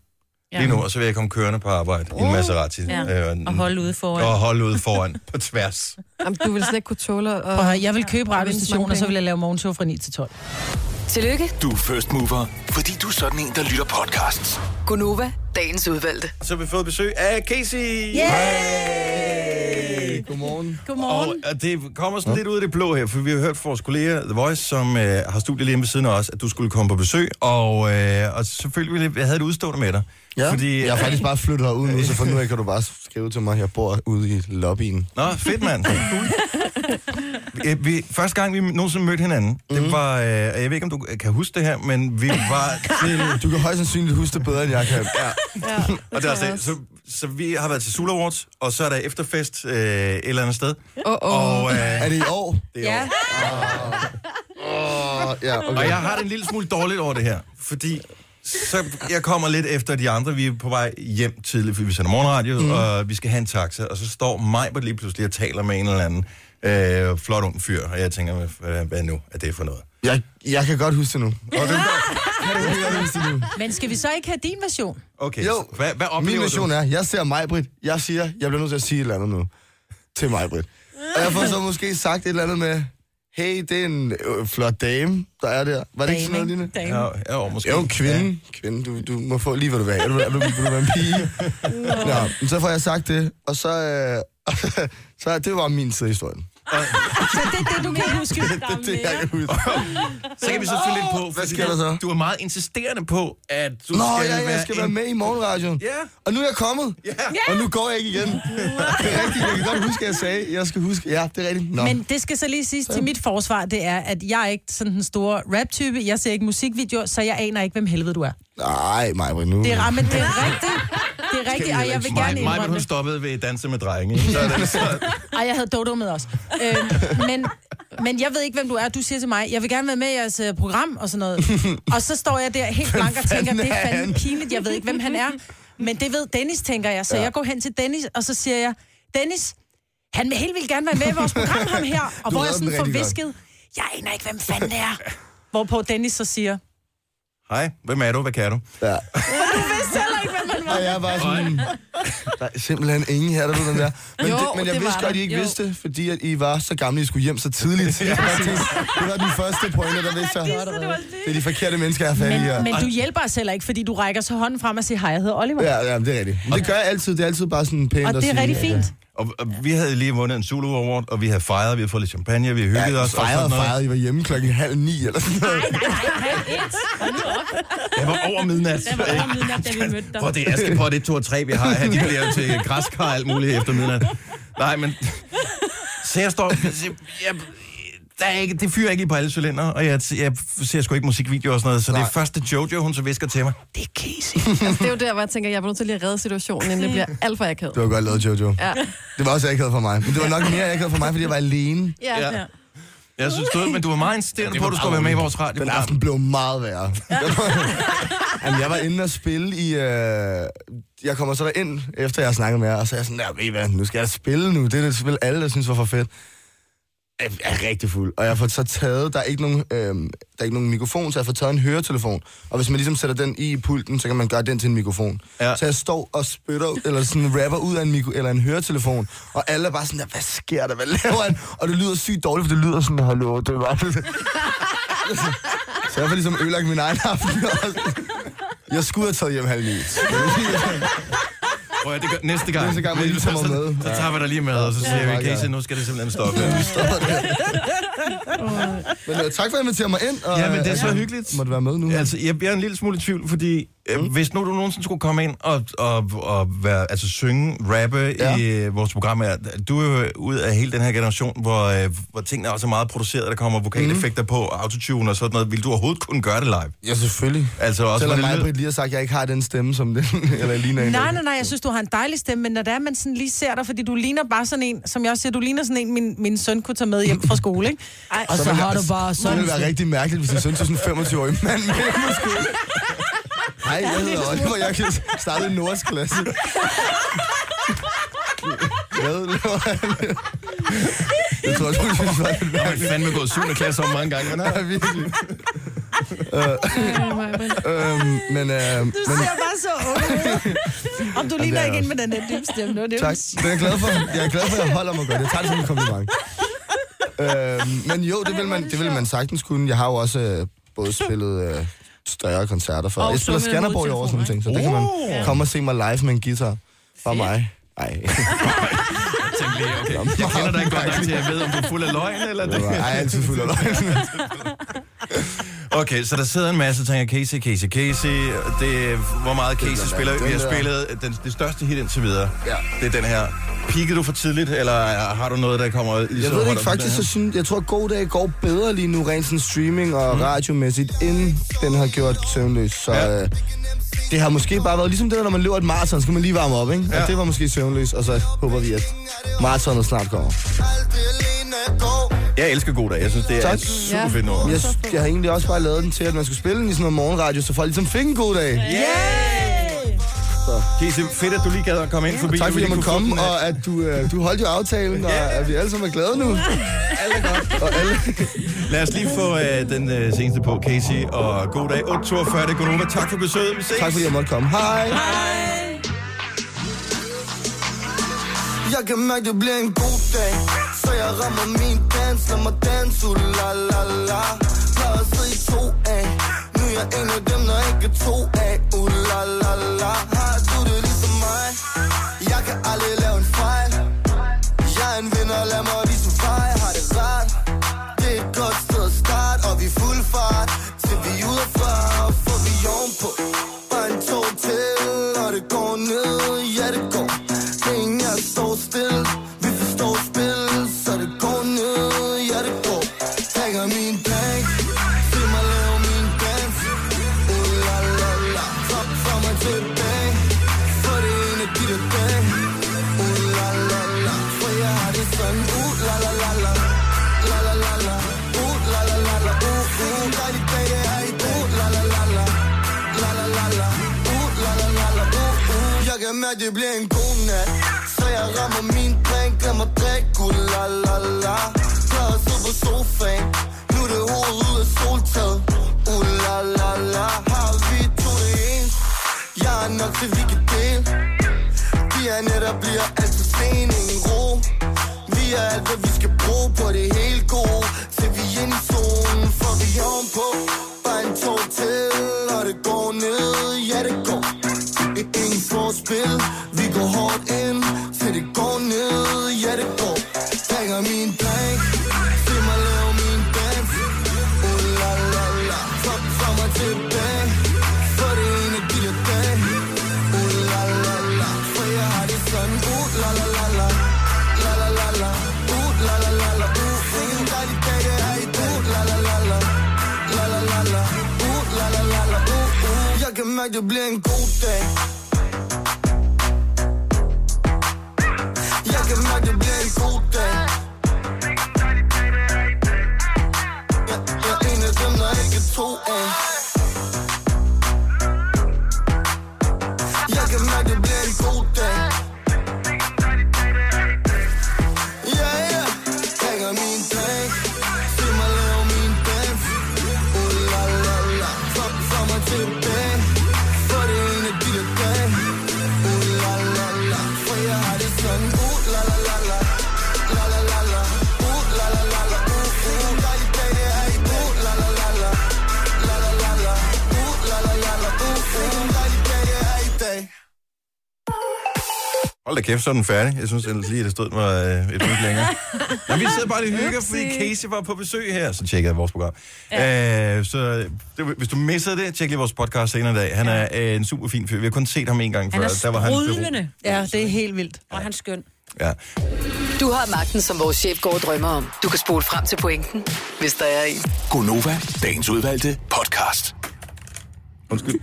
Ja. Lige nu, og så vil jeg komme kørende på arbejde i en Maserati. Uh. Øh, Ja. Og holde ude foran. Og holde ude foran, på tværs. Jamen, du vil slet ikke kunne tåle Prøv at og... høre, jeg vil købe radiostationen, mange og så vil jeg lave morgenshow fra 9 til 12. [laughs] Tillykke, Du er first mover, fordi du er sådan en, der lytter podcasts. Gunova, dagens udvalgte. Så har vi fået besøg af Casey. Yeah! Hey! Godmorgen. Og, og det kommer sådan lidt ud af det blå her, for vi har hørt fra vores kolleger The Voice, som øh, har studiet lige inde ved siden af os, at du skulle komme på besøg, og, øh, og selvfølgelig ville jeg- jeg havde et udstående med dig. Fordi, Ja, øh, Fordi, jeg har faktisk bare flyttet herud nu, så for nu af kan du bare skrive til mig, jeg bor ude i lobbyen. Nå, fedt mand. Øh, vi, første gang, vi nogensinde mødte hinanden, Mhm. det var, øh, og jeg ved ikke, om du kan huske det her, men vi [laughs] var til... Du kan højst sandsynligt huske det bedre, end jeg kan. Ja. Og det er også det. Så, så vi har været til Sula Awards, og så er der efterfest øh, et eller andet sted. Åh, åh. Og, øh, Er det i år? Ja. Åh, ja, Og okay. jeg har det en lille smule dårligt over det her, fordi så jeg kommer lidt efter de andre. Vi er på vej hjem tidligt, fordi vi sender morgenradio, mm. og vi skal have en taxa. Og så står Majbert lige pludselig og taler med en eller anden øh, flot ung fyr. Og jeg tænker, hvad, hvad nu er det for noget? Jeg, jeg kan godt huske det nu. Og det, kan du ikke godt huske det nu? Men skal vi så ikke have din version? Okay, Jo, så hvad, hvad Min oplever mission du? er, jeg ser mig, Britt. Jeg siger, jeg bliver nødt til at sige et eller andet nu. Til mig, Britt. Og jeg får så måske sagt et eller andet med, hey, det er en øh, flot dame, der er der. Var det ikke sådan noget, Line? Dame. Ja, ja, og måske. Jo, kvinde. Ja. Kvinde, du, du må få lige, hvad du vil have. Er du, er du, vil du være en pige? Nå. Nå, men så får jeg sagt det, og så... Øh, [laughs] så det var min side af historien. Så det er det, du kan [laughs] huske. Det, det jeg kan [laughs] huske. Så kan vi så følge lidt på, Hvad sker der så? du er meget insisterende på, at du Nå, skal, ja, ja, jeg skal være en- med i morgenradioen. Ja. Og nu er jeg kommet. Og nu går jeg ikke igen. Det er rigtigt, jeg kan godt huske, at jeg sagde, jeg skal huske. Ja, det er rigtigt. Nå. Men det skal så lige siges til mit forsvar, det er, at jeg er ikke sådan den store rap-type. Jeg ser ikke musikvideoer, så jeg aner ikke, hvem helvede du er. Nej, mig nu. Det er, men det [laughs] er rigtigt. Det er rigtigt, og jeg vil gerne Maj, Maj, indrømme. hun stoppede ved danse med drenge. ikke? Så er det, så, Ej, jeg havde Dodo med os. Øhm, men, men jeg ved ikke, hvem du er. Du siger til mig, jeg vil gerne være med i jeres øh, program og sådan noget. Og så står jeg der helt blank og tænker, det er fanden er han? fandme pinligt, jeg ved ikke, hvem han er. Men det ved Dennis, tænker jeg. Så ja. jeg går hen til Dennis, og så siger jeg, Dennis, han vil helt vildt gerne være med i vores program, ham her. Og Du hvor jeg redder den sådan får rigtig godt. visket, jeg aner ikke, hvem fanden det er. Hvorpå Dennis så siger, Hej, hvem er du? Hvad kan du? Ja. vidste heller ikke, hvem han var. Og jeg var sådan... Der er simpelthen ingen her, der ved, den der. Men, Jo, jo, det, men jeg det det var vidste godt, der. I ikke Jo. jo. vidste det, fordi at I var så gamle, I skulle hjem så tidligt. Ja. Det var den første pointe, der vidste jeg. Det er de forkerte mennesker, jeg har fat i her. Men, men du hjælper os heller ikke, fordi du rækker så hånden frem og siger, hej, jeg hedder Oliver. Ja, ja, det er rigtigt. Men det gør jeg altid. Det er altid bare sådan pænt Og at det er sige, rigtig at, fint. Og, og vi havde lige vundet en Zulu Award, og vi havde fejret, vi havde fået lidt champagne, vi havde Ja, hygget ja, os. fejrede og sådan og noget. fejrede. I var hjemme klokken halv ni eller sådan noget. Nej, nej, nej, et. Hold nu op. Det var over midnat. Det var over midnat, da vi mødte dig. Prøv, det er Askepot 1, 2 og 3, vi har. Han de bliver jo til græskar og alt muligt efter midnat. Nej, men... Så jeg står... Jeg, der er ikke, det fyrer ikke lige på alle cylinder, og jeg, jeg ser sgu ikke musikvideoer og sådan noget, så Nej. det er Nej. første Jojo, hun så visker til mig. Det er Casey. Altså, det er jo der, hvor jeg tænker, jeg bliver nødt til lige at redde situationen, inden det bliver [laughs] alt for akavet. Det var godt lavet, Jojo. Ja. Det var også akavet for mig. Men det var nok mere akavet for mig, fordi jeg var alene. Ja. Ja. Jeg synes, du, men du var meget insisterende på, at du skulle være med i vores radio. Den aften blev meget værre. [laughs] Jamen, jeg var inde og spille i... Øh... Jeg kommer så derind, efter jeg har snakket med jer, og så er jeg sådan, "Nå, ved I hvad, nu skal jeg spille nu. Det er det spil, alle der synes var for fedt. Jeg er rigtig fuld, og jeg får så taget, der er ikke nogen, øh, der er ikke nogen mikrofon, så jeg får taget en høretelefon. Og hvis man ligesom sætter den i pulten, så kan man gøre den til en mikrofon. Ja. Ja. Så jeg står og spytter, eller sådan rapper ud af en, mikro, eller en høretelefon, og alle er bare sådan der, hvad sker der, hvad laver han? Og det lyder sygt dårligt, for det lyder sådan, hallo, det var så jeg var ligesom ødelagt min egen aften. Jeg skulle have taget hjem halv ni. Prøv at, det gør, næste gang. Næste gang må I lige tage mig med. Så, så tager vi dig lige med, og så Ja, siger vi, meget Casey, gerne. nu skal det simpelthen stoppe. Men uh, tak for at invitere mig ind. Og, Ja, men det er øh, så hyggeligt. Måtte være med nu. Altså, jeg bliver en lille smule i tvivl, fordi Mm. Hvis nu du nogensinde skulle komme ind og, og, og være, altså synge, rappe ja. Ja. i øh, vores program, er, du er jo ud af hele den her generation, hvor, øh, hvor tingene også er meget produceret, der kommer vokaleffekter mm. på, autotune og sådan noget. Vil du overhovedet kunne gøre det live? Ja, selvfølgelig. Altså også, Selvom hvordan mig lyder- Britt lige har sagt, at jeg ikke har den stemme, som den, [laughs] eller ligner en. Nej, nej, nej, jeg synes, du har en dejlig stemme, men når det er, man sådan lige ser dig, fordi du ligner bare sådan en, som jeg også siger, du ligner sådan en, min, min søn kunne tage med hjem fra skole, ikke? Ej, og så, så ville har jeg- du bare Så ville sådan... det være rigtig mærkeligt, hvis jeg synes, du er sådan en 25-årig mand [laughs] med måske. Nej, jeg hedder Oliver, jeg kan starte en nordisk [laughs] klasse. Hvad laver han? Jeg tror, du synes, var det Jeg har fandme gået 7. klasse om mange gange. [laughs] Men nej. er [laughs] virkelig. Øhm, men, øh, Du men ser bare så ung ud. Om du ligner er ikke jeg ind med den der dybe stemme, nu, det er jo tak. Det er jeg glad for. Jeg er glad for, at jeg holder mig godt. Jeg tager det som en kompliment. Øhm, men jo, det vil, man, det vil man sagtens kunne. Jeg har jo også øh, både spillet øh, større koncerter for. Og jeg spiller sunget med Skanderborg i år og sådan nogle ting, så det kan man komme og se mig live med en guitar. Bare mig. Nej. Tænk lige, okay. Jeg kender dig ikke godt nok til, at jeg ved, om du er fuld af løgn eller det. Ej, jeg er altid fuld af [laughs] løgn. Okay, så der sidder en masse og tænker, Casey, Casey, Casey. Det, hvor meget Casey den der. spiller. Vi Den har der. spillet den, det største hit indtil videre. Ja. Det er den her. Pikkede du for tidligt, eller øh, har du noget, der kommer... Lige Jeg ved det ikke, faktisk så synes jeg, tror, at God Dag går bedre lige nu, rent sådan streaming og radiomæssigt, end den har gjort søvnløs. Så Ja. ja. øh, det har måske bare været ligesom det, der, når man løber et maraton, så skal man lige varme op, ikke? Ja. Ja. Og det var måske søvnløs, og så håber vi, at maratonet snart kommer. Jeg elsker god dag. Jeg synes, det er Tak. et super fedt nummer. Men jeg, jeg har egentlig også bare lavet den til, at man skulle spille den i sådan noget morgenradio, så folk ligesom fik en god dag. Ja. Casey, fedt, at du lige gad at komme ind forbi. Tak Vi fordi jeg lige måtte kunne få den komme, her. og at du, øh, du holdt jo aftalen, og at vi alle sammen er glade nu. [laughs] Alle er godt. Og alle... Lad os lige få øh, den øh, seneste på, Casey. Og god dag. 8.42, det er Gunova. Tak for besøget. Vi ses. Tak fordi jeg måtte komme. Hej. Jeg kan mærke, det bliver en god dag Så jeg rammer min dans, lad mig danse, uh, la la la Plejer at sidde i to af Nu er jeg en af dem, der ikke er to af, uh, la la la Har du det ligesom mig? Jeg kan aldrig lave en fejl Jeg er en vinder, lad mig vise vej Har det rart Det er et godt sted at starte Og vi er fuld fart Til vi er ude fra Og får vi ovenpå Bare en tog til Og det går ned, ja det går Ingen jeg står stille Vi forstår spil Så det går ned, ja det går Trækker min bank Se mig lave min dans Oh la la la Top fra mig tilbage For det er en af de der dage Oh la la la For jeg har det sådan Uh la la la la La la la la Uh la la la la Uh uh Dejlig dag det er i dag Uh la la la la La la la la Uh la la la la Uh uh Jeg kan mærke det bliver en god nat Så jeg rammer min drink Lad mig drikke Uh la la la Klar at sidde på sofaen Nu er det hovedet ud af soltaget Uh la la la Har vi to det ens Jeg er nok til vi kan dele de er netop bliver altid sen Ingen ro Vi er alt hvad vi skal bruge på det hele gode Til vi er inde i zonen For vi er ovenpå Bare en tog til Og det går ned Ja det går I- Ingen forspil Vi går hårdt ind Til det går ned Ja det går Drikker min drink Se mig lave min dans Oh la la la Top fra mig tilbage For det ene giver dag Uh la la la, for jeg har det sådan. Uh la la la la, la la la la. Uh la la la la, uh ingen dejlig dag det er i dag. Uh la la la la, la la la la. Uh la la la la, uh uh. Jeg kan mærke det bliver en god dag. Jeg kan mærke det bliver en god dag. Jeg, jeg er en af dem der ikke er to af. Jeg kan mærke, det bliver en god dag Ja, ja Drikker min drink Se mig lave min dans Oh la la la Top fra mig tilbage For det ene giver dag Oh la la la For jeg har det sådan Oh la la la la La la la la Oh la la la la Oh oh Dejlig dag det er i dag Oh la la la la Uh, La la la la Oh la la la la Oh oh Dejlig dag det er i dag Hold da kæft, så er den færdig. Jeg synes ellers lige, at det stod mig øh, et minut længere. Nå, vi sidder bare lige og hygger, fordi Casey var på besøg her. Så tjekkede jeg vores program. Ja. Øh, så det, hvis du missede det, tjek lige vores podcast senere i dag. Han er øh, en super fin fyr. Vi har kun set ham en gang Han før. er bero- sprudlende, Ja, det er helt vildt. og han er skøn. Ja. Du har magten, som vores chef går og drømmer om. Du kan spole frem til pointen, hvis der er en. Gonova, dagens udvalgte podcast. Undskyld.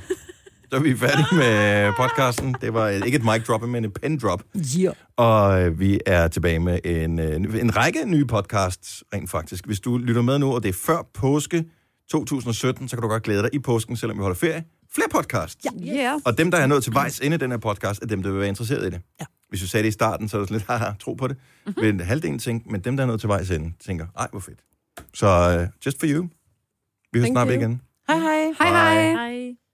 Så er vi færdige med podcasten. Det var øh, ikke et mic drop, men et pen drop. Ja. Og øh, vi er tilbage med en, øh, ny- en række nye podcasts, rent faktisk. Hvis du lytter med nu, og det er før påske 2017, så kan du godt glæde dig i påsken, selvom vi holder ferie. Flere podcasts. Ja. Ja. Og dem, der er nået til vejs inde i den her podcast, er dem, der vil være interesseret i det. Ja. Hvis du sagde det i starten, så er det sådan lidt, haha, tro på det. Mhm. Mm-hmm. Men halvdelen tænker, men dem, der er nået til vejs inde, tænker, ej, hvor fedt. Så uh, just for you. Vi hører Thank snart ved you. igen. Hej hej. Hej hej. Hej.